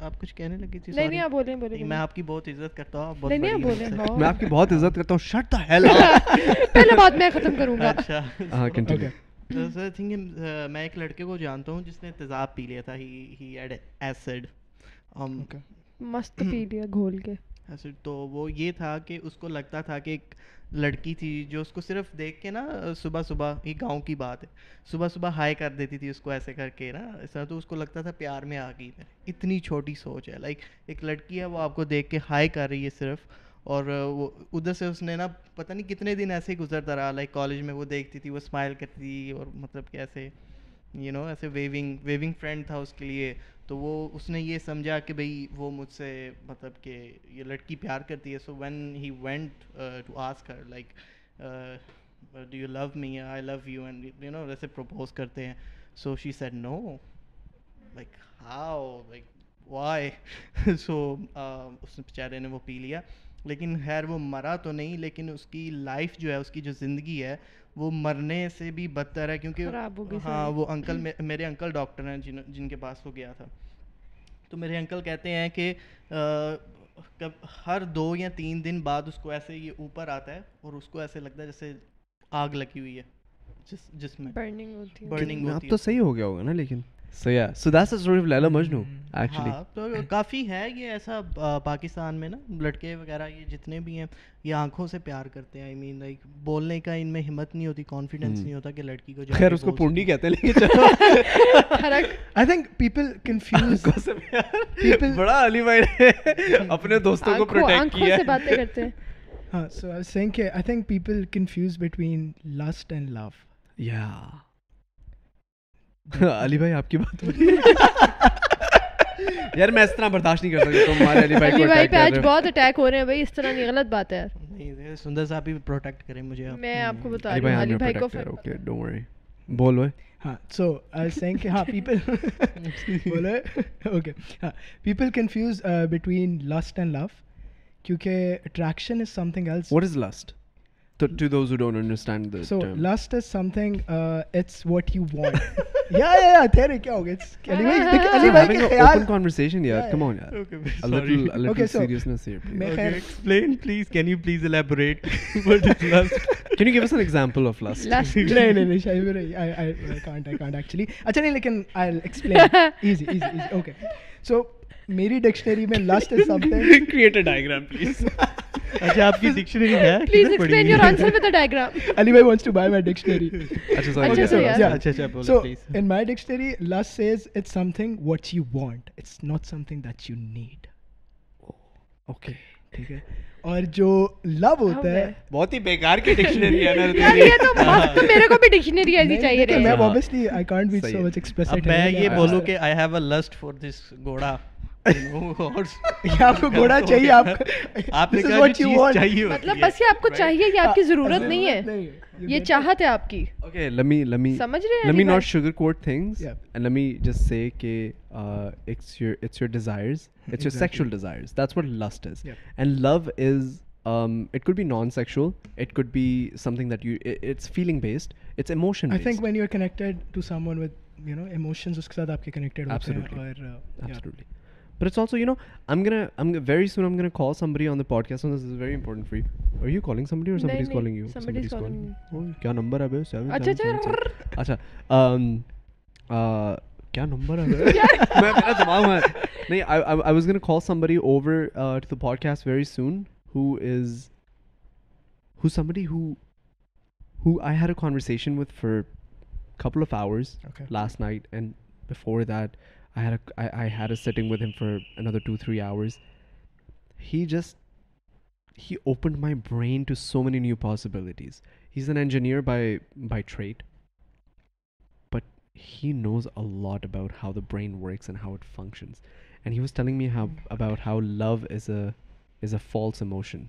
Speaker 4: آپ کچھ کہنے لگی تھی
Speaker 2: نہیں نہیں آپ بولیں بولیں
Speaker 4: میں آپ کی بہت عزت کرتا ہوں
Speaker 2: نہیں نہیں آپ بولیں
Speaker 3: میں آپ کی بہت عزت کرتا ہوں شٹ دا ہیل
Speaker 2: پہلے بات میں ختم کروں گا
Speaker 4: اچھا
Speaker 3: ہاں کنٹینیو
Speaker 4: سر تھنک میں ایک لڑکے کو جانتا ہوں جس نے تیزاب پی لیا تھا ہی ایڈ ایسڈ Um,
Speaker 2: مست پی لیا گھول کے
Speaker 4: ایسڈ تو وہ یہ تھا کہ اس کو لگتا تھا کہ ایک لڑکی تھی جو اس کو صرف دیکھ کے نا صبح صبح یہ گاؤں کی بات ہے صبح صبح ہائے کر دیتی تھی اس کو ایسے کر کے نا اس طرح تو اس کو لگتا تھا پیار میں آ گئی اتنی چھوٹی سوچ ہے لائک ایک لڑکی ہے وہ آپ کو دیکھ کے ہائے کر رہی ہے صرف اور وہ ادھر سے اس نے نا پتہ نہیں کتنے دن ایسے ہی گزرتا رہا لائک کالج میں وہ دیکھتی تھی وہ اسمائل کرتی تھی اور مطلب کہ ایسے یو نو ایسے ویونگ ویونگ فرینڈ تھا اس کے لیے تو وہ اس نے یہ سمجھا کہ بھئی وہ مجھ سے مطلب کہ یہ لڑکی پیار کرتی ہے so when he went to ask her like uh, do you love me I love you and you know ویسے پروپوز کرتے ہیں so she said no like how like why so اس بیچارے نے وہ پی لیا لیکن خیر وہ مرا تو نہیں لیکن اس کی لائف جو ہے اس کی جو زندگی ہے وہ مرنے سے بھی بدتر ہے کیونکہ ہاں وہ انکل میرے انکل ڈاکٹر ہیں جن جن کے پاس وہ گیا تھا تو میرے انکل کہتے ہیں کہ کب ہر دو یا تین دن بعد اس کو ایسے یہ اوپر آتا ہے اور اس کو ایسے لگتا ہے جیسے آگ لگی ہوئی ہے جس جس میں
Speaker 2: برننگ ہوتی ہے
Speaker 4: برننگ
Speaker 3: اب تو صحیح ہو گیا ہوگا نا لیکن Hmm. ہاں, سو یا so that's a story of Laila Majnu actually
Speaker 4: ہاں، تو کافی ہے یہ ایسا پاکستان میں نا لڑکے وغیرہ یہ جتنے بھی ہیں یہ آنکھوں سے پیار کرتے ہیں آئی مین لائک بولنے کا ان میں ہمت نہیں ہوتی کانفیڈنس نہیں ہوتا کہ لڑکی کو
Speaker 3: خیر اس کو پونڈی کہتے ہیں
Speaker 1: آئی تھنک پیپل کنفیوز
Speaker 3: لیکن بڑا علی بھائی نے اپنے دوستوں کو پروٹیکٹ
Speaker 2: آنکھوں
Speaker 3: کیا
Speaker 2: سے باتیں کرتے ہیں
Speaker 1: ہاں سو آئی سینگ کہ I think people confuse between lust and love
Speaker 3: یا علی بھائی آپ کی بات یار میں اس طرح برداشت نہیں کر سکتا
Speaker 2: علی بھائی پہ آج بہت اٹیک ہو رہے ہیں بھائی اس طرح کی غلط بات ہے یار
Speaker 4: نہیں سندر صاحب بھی پروٹیکٹ کریں مجھے آپ
Speaker 2: میں آپ کو بتا
Speaker 3: علی
Speaker 2: رہی
Speaker 3: بھائی
Speaker 2: ہوں علی بھائی کو
Speaker 3: ہم نے protect کیا اوکے ڈونٹ وری بول بھائی
Speaker 1: ہاں سو سینگ کہ ہاں پیپل بولو اوکے ہاں people confuse between lust and love کیونکہ attraction is something else
Speaker 3: what is lust تو to those who don't understand this
Speaker 1: so
Speaker 3: term
Speaker 1: lust is something it's what you want یا یا تیرے کیا ہو گیا It's- علی بھائی دیکھ، علی بھائی کے خیال
Speaker 3: اوپن conversation یار کم on یار a little a
Speaker 1: Okay,
Speaker 3: little
Speaker 1: so-
Speaker 3: seriousness here please.
Speaker 1: میں خیر
Speaker 4: explain please can you please elaborate
Speaker 3: can you give us an example of lust
Speaker 2: lust
Speaker 1: نہیں نہیں نہیں شاہد بھائی I I can't I can't actually اچھا نہیں لیکن I explain easy easy easy okay so میری ڈکشنری میں lust is something
Speaker 4: create a diagram please اچھا آپ کی ڈکشنری ہے
Speaker 2: please explain your answer with a diagram
Speaker 1: Ali بھائی wants to buy my dictionary
Speaker 3: اچھا
Speaker 2: Okay, so,
Speaker 3: sorry
Speaker 2: yeah.
Speaker 1: yeah.
Speaker 4: اچھا اچھا بولو
Speaker 1: So,
Speaker 4: please
Speaker 1: in my dictionary, lust says it's something what you want. It's not something that you need.
Speaker 3: okay
Speaker 1: ٹھیک ہے اور جو لو ہوتا ہے
Speaker 4: بہت ہی بیکار کی ڈکشنری ہے نا
Speaker 2: یار یہ تو مست میرے کو بھی ڈکشنری ایسی چاہیے رہی
Speaker 1: میں
Speaker 2: ہے
Speaker 1: obviously I can't be so much
Speaker 4: اب
Speaker 1: explicit.
Speaker 4: میں
Speaker 1: here.
Speaker 4: یہ بولوں کہ I have a lust for this گھوڑا
Speaker 1: یا آپ کو گھوڑا چاہیے آپ
Speaker 4: آپ نے
Speaker 1: This is
Speaker 4: کہا
Speaker 1: what
Speaker 4: جو
Speaker 1: you
Speaker 4: چیز
Speaker 1: want.
Speaker 4: چاہیے
Speaker 2: مطلب بس یہ آپ کو چاہیے یہ آپ کی ضرورت نہیں ہے یہ چاہت ہے آپ کی
Speaker 3: okay let me let me
Speaker 2: سمجھ رہے ہیں
Speaker 3: let
Speaker 2: علی
Speaker 3: me not
Speaker 2: بھائی؟
Speaker 3: sugarcoat things
Speaker 1: Yeah.
Speaker 3: and let me just say ke, uh, it's your it's your desires it's your sexual desires that's what lust is
Speaker 1: Yeah.
Speaker 3: and love is um, it could be non-sexual it could be something that you i it's feeling based it's emotion
Speaker 1: I
Speaker 3: based
Speaker 1: think when you're connected to someone with you know emotions اس کے ساتھ آپ کے connected ہوتے ہیں
Speaker 3: Absolutely.
Speaker 1: اور uh, yeah.
Speaker 3: absolutely but it's also you know i'm gonna i'm gonna, very soon i'm gonna call somebody on the podcast and this is very important for you are you calling somebody or
Speaker 2: No,
Speaker 3: somebody's
Speaker 2: no,
Speaker 3: calling you
Speaker 2: somebody's calling
Speaker 3: you. Oh, kya number hai bhai? Seven,
Speaker 2: اچھا
Speaker 3: seven, seven, seven.
Speaker 2: اچھا
Speaker 3: اچھا um, uh, کیا number ہے میں میرا دماغ میں نہیں I was gonna call somebody over uh, to the podcast very soon who is who somebody who who I had a conversation with for couple of hours
Speaker 1: Okay.
Speaker 3: last night and before that I had a I, I had a sitting with him for another 2 3 hours he just he opened my brain to so many new possibilities he's an engineer by by trade but he knows a lot about how the brain works and how it functions and he was telling me how about how love is a is a false emotion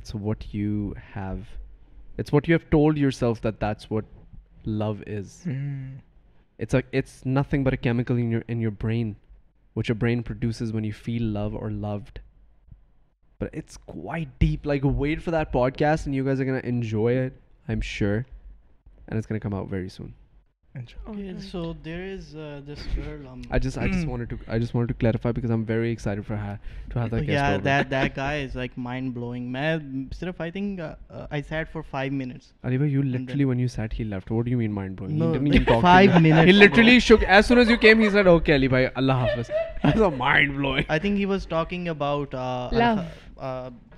Speaker 3: it's what you have it's what you have told yourself that that's what love is
Speaker 1: Hmm.
Speaker 3: it's like it's nothing but a chemical in your in your brain which your brain produces when you feel love or loved but it's quite deep like wait for that podcast and you guys are going to enjoy it i'm sure and it's going to come out very soon Hmm.
Speaker 4: So there is this um,
Speaker 3: I just I just wanted to I just wanted to clarify because I'm very excited for her to have that guest over.
Speaker 4: Mind blowing میں صرف I think I sat for five minutes
Speaker 3: Ali bhai, you literally when you said he left. What do you mean mind blowing?
Speaker 4: No,
Speaker 3: he didn't even talk. to
Speaker 4: five
Speaker 3: you.
Speaker 4: minutes,
Speaker 3: He literally shook as soon as you came. He said, "Okay, Ali bhai, Allah Hafiz." That's a mind blowing.
Speaker 4: I think he was talking about
Speaker 2: Love.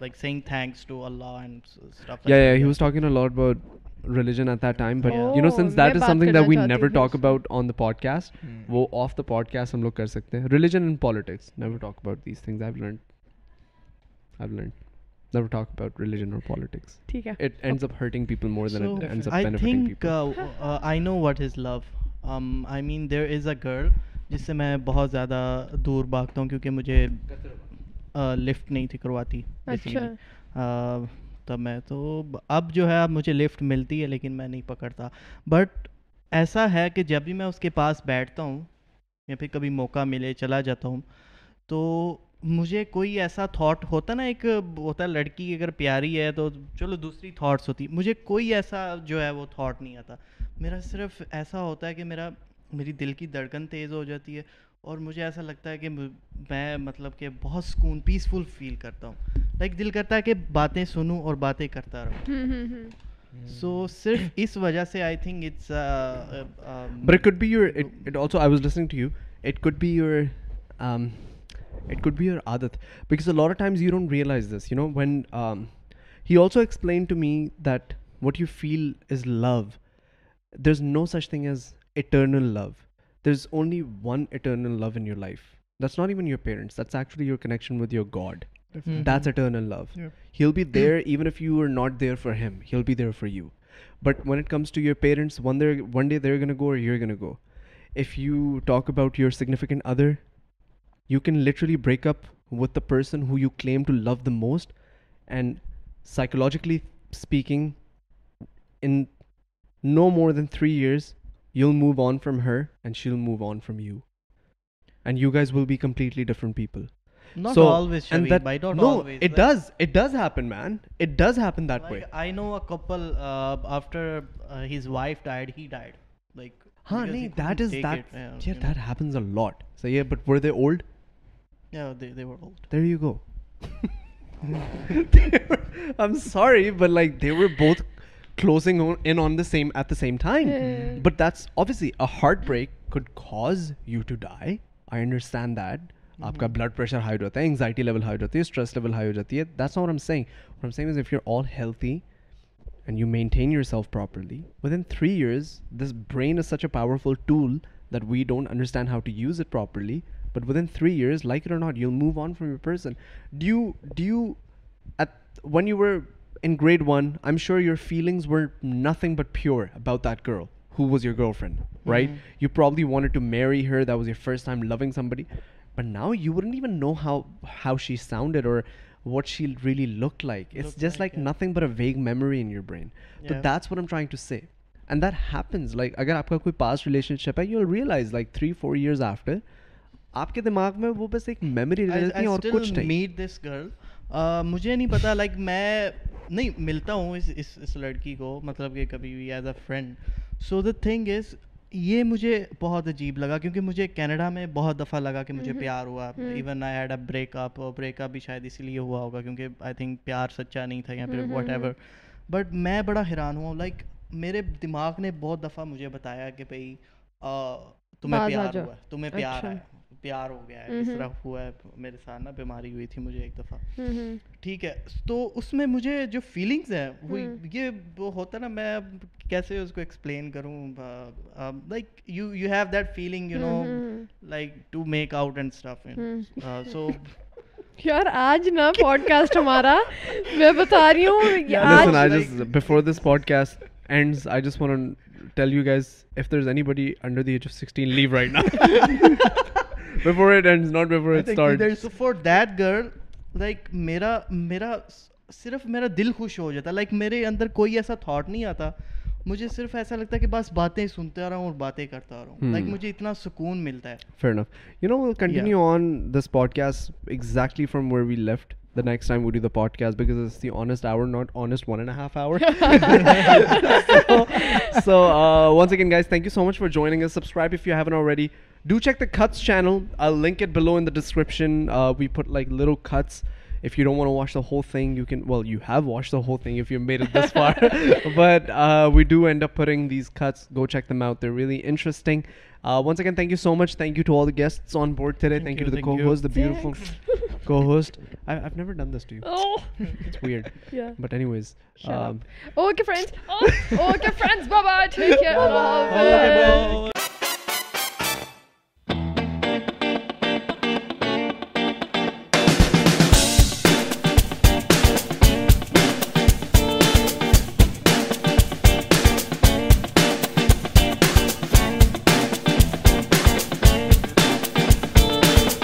Speaker 4: Like saying thanks to Allah and
Speaker 3: Yeah, yeah. He was talking a lot about religion at that time, but you know,
Speaker 2: Oh,
Speaker 3: since
Speaker 2: मैं
Speaker 3: that is
Speaker 2: बात
Speaker 3: something
Speaker 2: करना
Speaker 3: that we
Speaker 2: चाहती
Speaker 3: never
Speaker 2: थी
Speaker 3: talk
Speaker 2: उससे।
Speaker 3: about on the podcast, वो off the podcast हम लोग कर सकते हैं. Religion and politics. Never talk about these things. I've learned. I've learned. Never talk about religion or politics.
Speaker 2: ٹھیک ہے
Speaker 3: It ends up hurting people more than it ends up
Speaker 4: I
Speaker 3: benefiting
Speaker 4: think
Speaker 3: people.
Speaker 4: I know what is love I mean there is a girl جس سے میں بہت زیادہ دور بھاگتا ہوں کیونکہ مجھے لفٹ نہیں تھی کرواتی اچھا تب میں تو اب جو ہے اب مجھے لفٹ ملتی ہے لیکن میں نہیں پکڑتا بٹ ایسا ہے کہ جب بھی میں اس کے پاس بیٹھتا ہوں یا پھر کبھی موقع ملے چلا جاتا ہوں تو مجھے کوئی ایسا تھاٹ ہوتا نا ایک ہوتا ہے لڑکی اگر پیاری ہے تو چلو دوسری تھاٹس ہوتی مجھے کوئی ایسا جو ہے وہ تھاٹ نہیں آتا میرا صرف ایسا ہوتا ہے کہ میرا میری دل کی دھڑکن تیز ہو جاتی ہے اور مجھے ایسا لگتا ہے کہ م- میں مطلب کہ بہت سکون پیسفل فیل کرتا ہوں لائک دل کرتا ہے کہ باتیں سنوں اور باتیں کرتا رہوں سو صرف اس وجہ سے I think uh, it's
Speaker 3: But it could be your. It, it also. I was listening to you. It could be your. Um, it could be your adat because a lot of times you don't realize this. You know when. Um, he also explained to me that what you feel is love. There's no such thing as eternal love. There's only one eternal love in your life. That's not even your parents. That's actually your connection with your God. That's eternal love.
Speaker 1: Yep.
Speaker 3: He'll be there even if you are not there for him. He'll be there for you. But when it comes to your parents, one day, one day they're gonna go or you're gonna go. If you talk about your significant other, you can literally break up with the person who you claim to love the most, and psychologically speaking in no more than three years you will move on from her and she will move on from you and you guys will be completely different people
Speaker 4: Not
Speaker 3: So,
Speaker 4: always,
Speaker 3: and
Speaker 4: Shabir,
Speaker 3: that-
Speaker 4: by not
Speaker 3: no,
Speaker 4: always.
Speaker 3: it
Speaker 4: like-
Speaker 3: does. It does happen, man. It does happen that way.
Speaker 4: Like, I know a couple uh, after uh, his wife died, he died. Like,
Speaker 3: Huh,
Speaker 4: because he
Speaker 3: nahi,
Speaker 4: couldn't
Speaker 3: that is
Speaker 4: take
Speaker 3: that.
Speaker 4: it, yeah,
Speaker 3: yeah,
Speaker 4: you know.
Speaker 3: that happens a lot. So yeah, but were they old?
Speaker 4: Yeah, they, they were old.
Speaker 3: There you go. They were- I'm sorry, but like they were both closing on, in on the same at the same time. But that's obviously a heartbreak could cause you to die. I understand that.
Speaker 4: Mm-hmm.
Speaker 3: آپ کا blood pressure high ہوتا ہے anxiety level high ہوتی ہے stress level high ہو جاتی ہے that's not I'm saying I'm saying is if you all healthy and you maintain your self properly within three years this brain is such a powerful tool that we don't understand how to use it properly but within three years like you not you move on from your person do you do you at one you were in grade one I am sure your feelings were nothing but pure about that girl who was your girl friend right you probably want to marry her that was your first time loving somebody but now you Varun even know how how she sounded اور what she really look like it's just like nothing but a vague memory in your brain تو
Speaker 4: Yeah.
Speaker 3: That's what M trying to say and that happens like اگر آپ کا کوئی پاس relationship ہے you will realize like three four years after آپ کے دماغ میں وہ بس ایک میموری رہ جاتی ہے اور کچھ نہیں
Speaker 4: میٹ دس گرل Uh, مجھے نہیں پتا لائک میں نہیں ملتا ہوں اس اس اس لڑکی کو مطلب کہ کبھی بھی as a friend so the thing is یہ مجھے بہت عجیب لگا کیونکہ مجھے کینیڈا میں بہت دفعہ لگا کہ مجھے پیار ہوا even I had a break up اور بریک اپ بھی شاید اسی لیے ہوا ہوگا کیونکہ آئی تھنک پیار سچا نہیں تھا یا پھر واٹ ایور بٹ میں بڑا حیران ہوا لائک میرے دماغ نے بہت دفعہ مجھے بتایا کہ بھائی تمہیں
Speaker 2: باز آ
Speaker 4: پیار
Speaker 2: جاؤ۔
Speaker 4: ہوا ہے تمہیں پیار ہے پیار ہو گیا ہے اس طرح ہوا ہے میرے ساتھ نا بیماری ہوئی تھی مجھے ایک دفعہ ٹھیک ہے تو اس میں مجھے جو فیلنگز ہیں وہ یہ وہ ہوتا نا میں اب کیسے اس کو ایکسپلین کروں like you you have that feeling you know like to make out and stuff so
Speaker 2: یار آج نا پوڈ کاسٹ ہمارا میں بتا رہی ہوں
Speaker 3: Listen,
Speaker 2: آج
Speaker 3: I just before this podcast ends, I just want to tell you guys if there's anybody under the age of 16, leave right now. before it ends, not before it starts.
Speaker 4: For that girl like میرا میرا صرف میرا دل خوش ہو جاتا like میرے اندر کوئی ایسا تھاٹ نہیں آتا مجھے صرف ایسا لگتا ہے کہ بس باتیں سنتا رہا ہوں اور باتیں کرتا رہا
Speaker 3: Hmm.
Speaker 4: ہوں لائک مجھے اتنا سکون ملتا ہے
Speaker 3: Fair enough. You know, we'll continue on this podcast exactly from where we left the next time we do the podcast because it's the honest hour, not honest one and a half hour. so uh, once again guys thank you so much for joining us subscribe if you haven't already do check the cuts channel i'll link it below in the description uh, we put like little cuts if you don't want to watch the whole thing you can well you have watched the whole thing if you made it this far but uh, we do end up putting these cuts go check them out they're really interesting uh, once again thank you so much thank you to all the guests on board today thank, you
Speaker 4: you,
Speaker 3: to the
Speaker 4: thank you.
Speaker 3: co-host the beautiful co-host I, i've never done this to you
Speaker 2: Oh.
Speaker 3: it's weird
Speaker 2: Yeah.
Speaker 3: but anyways um,
Speaker 4: Oh,
Speaker 2: okay friends okay friends بابا take care
Speaker 4: Bye-bye.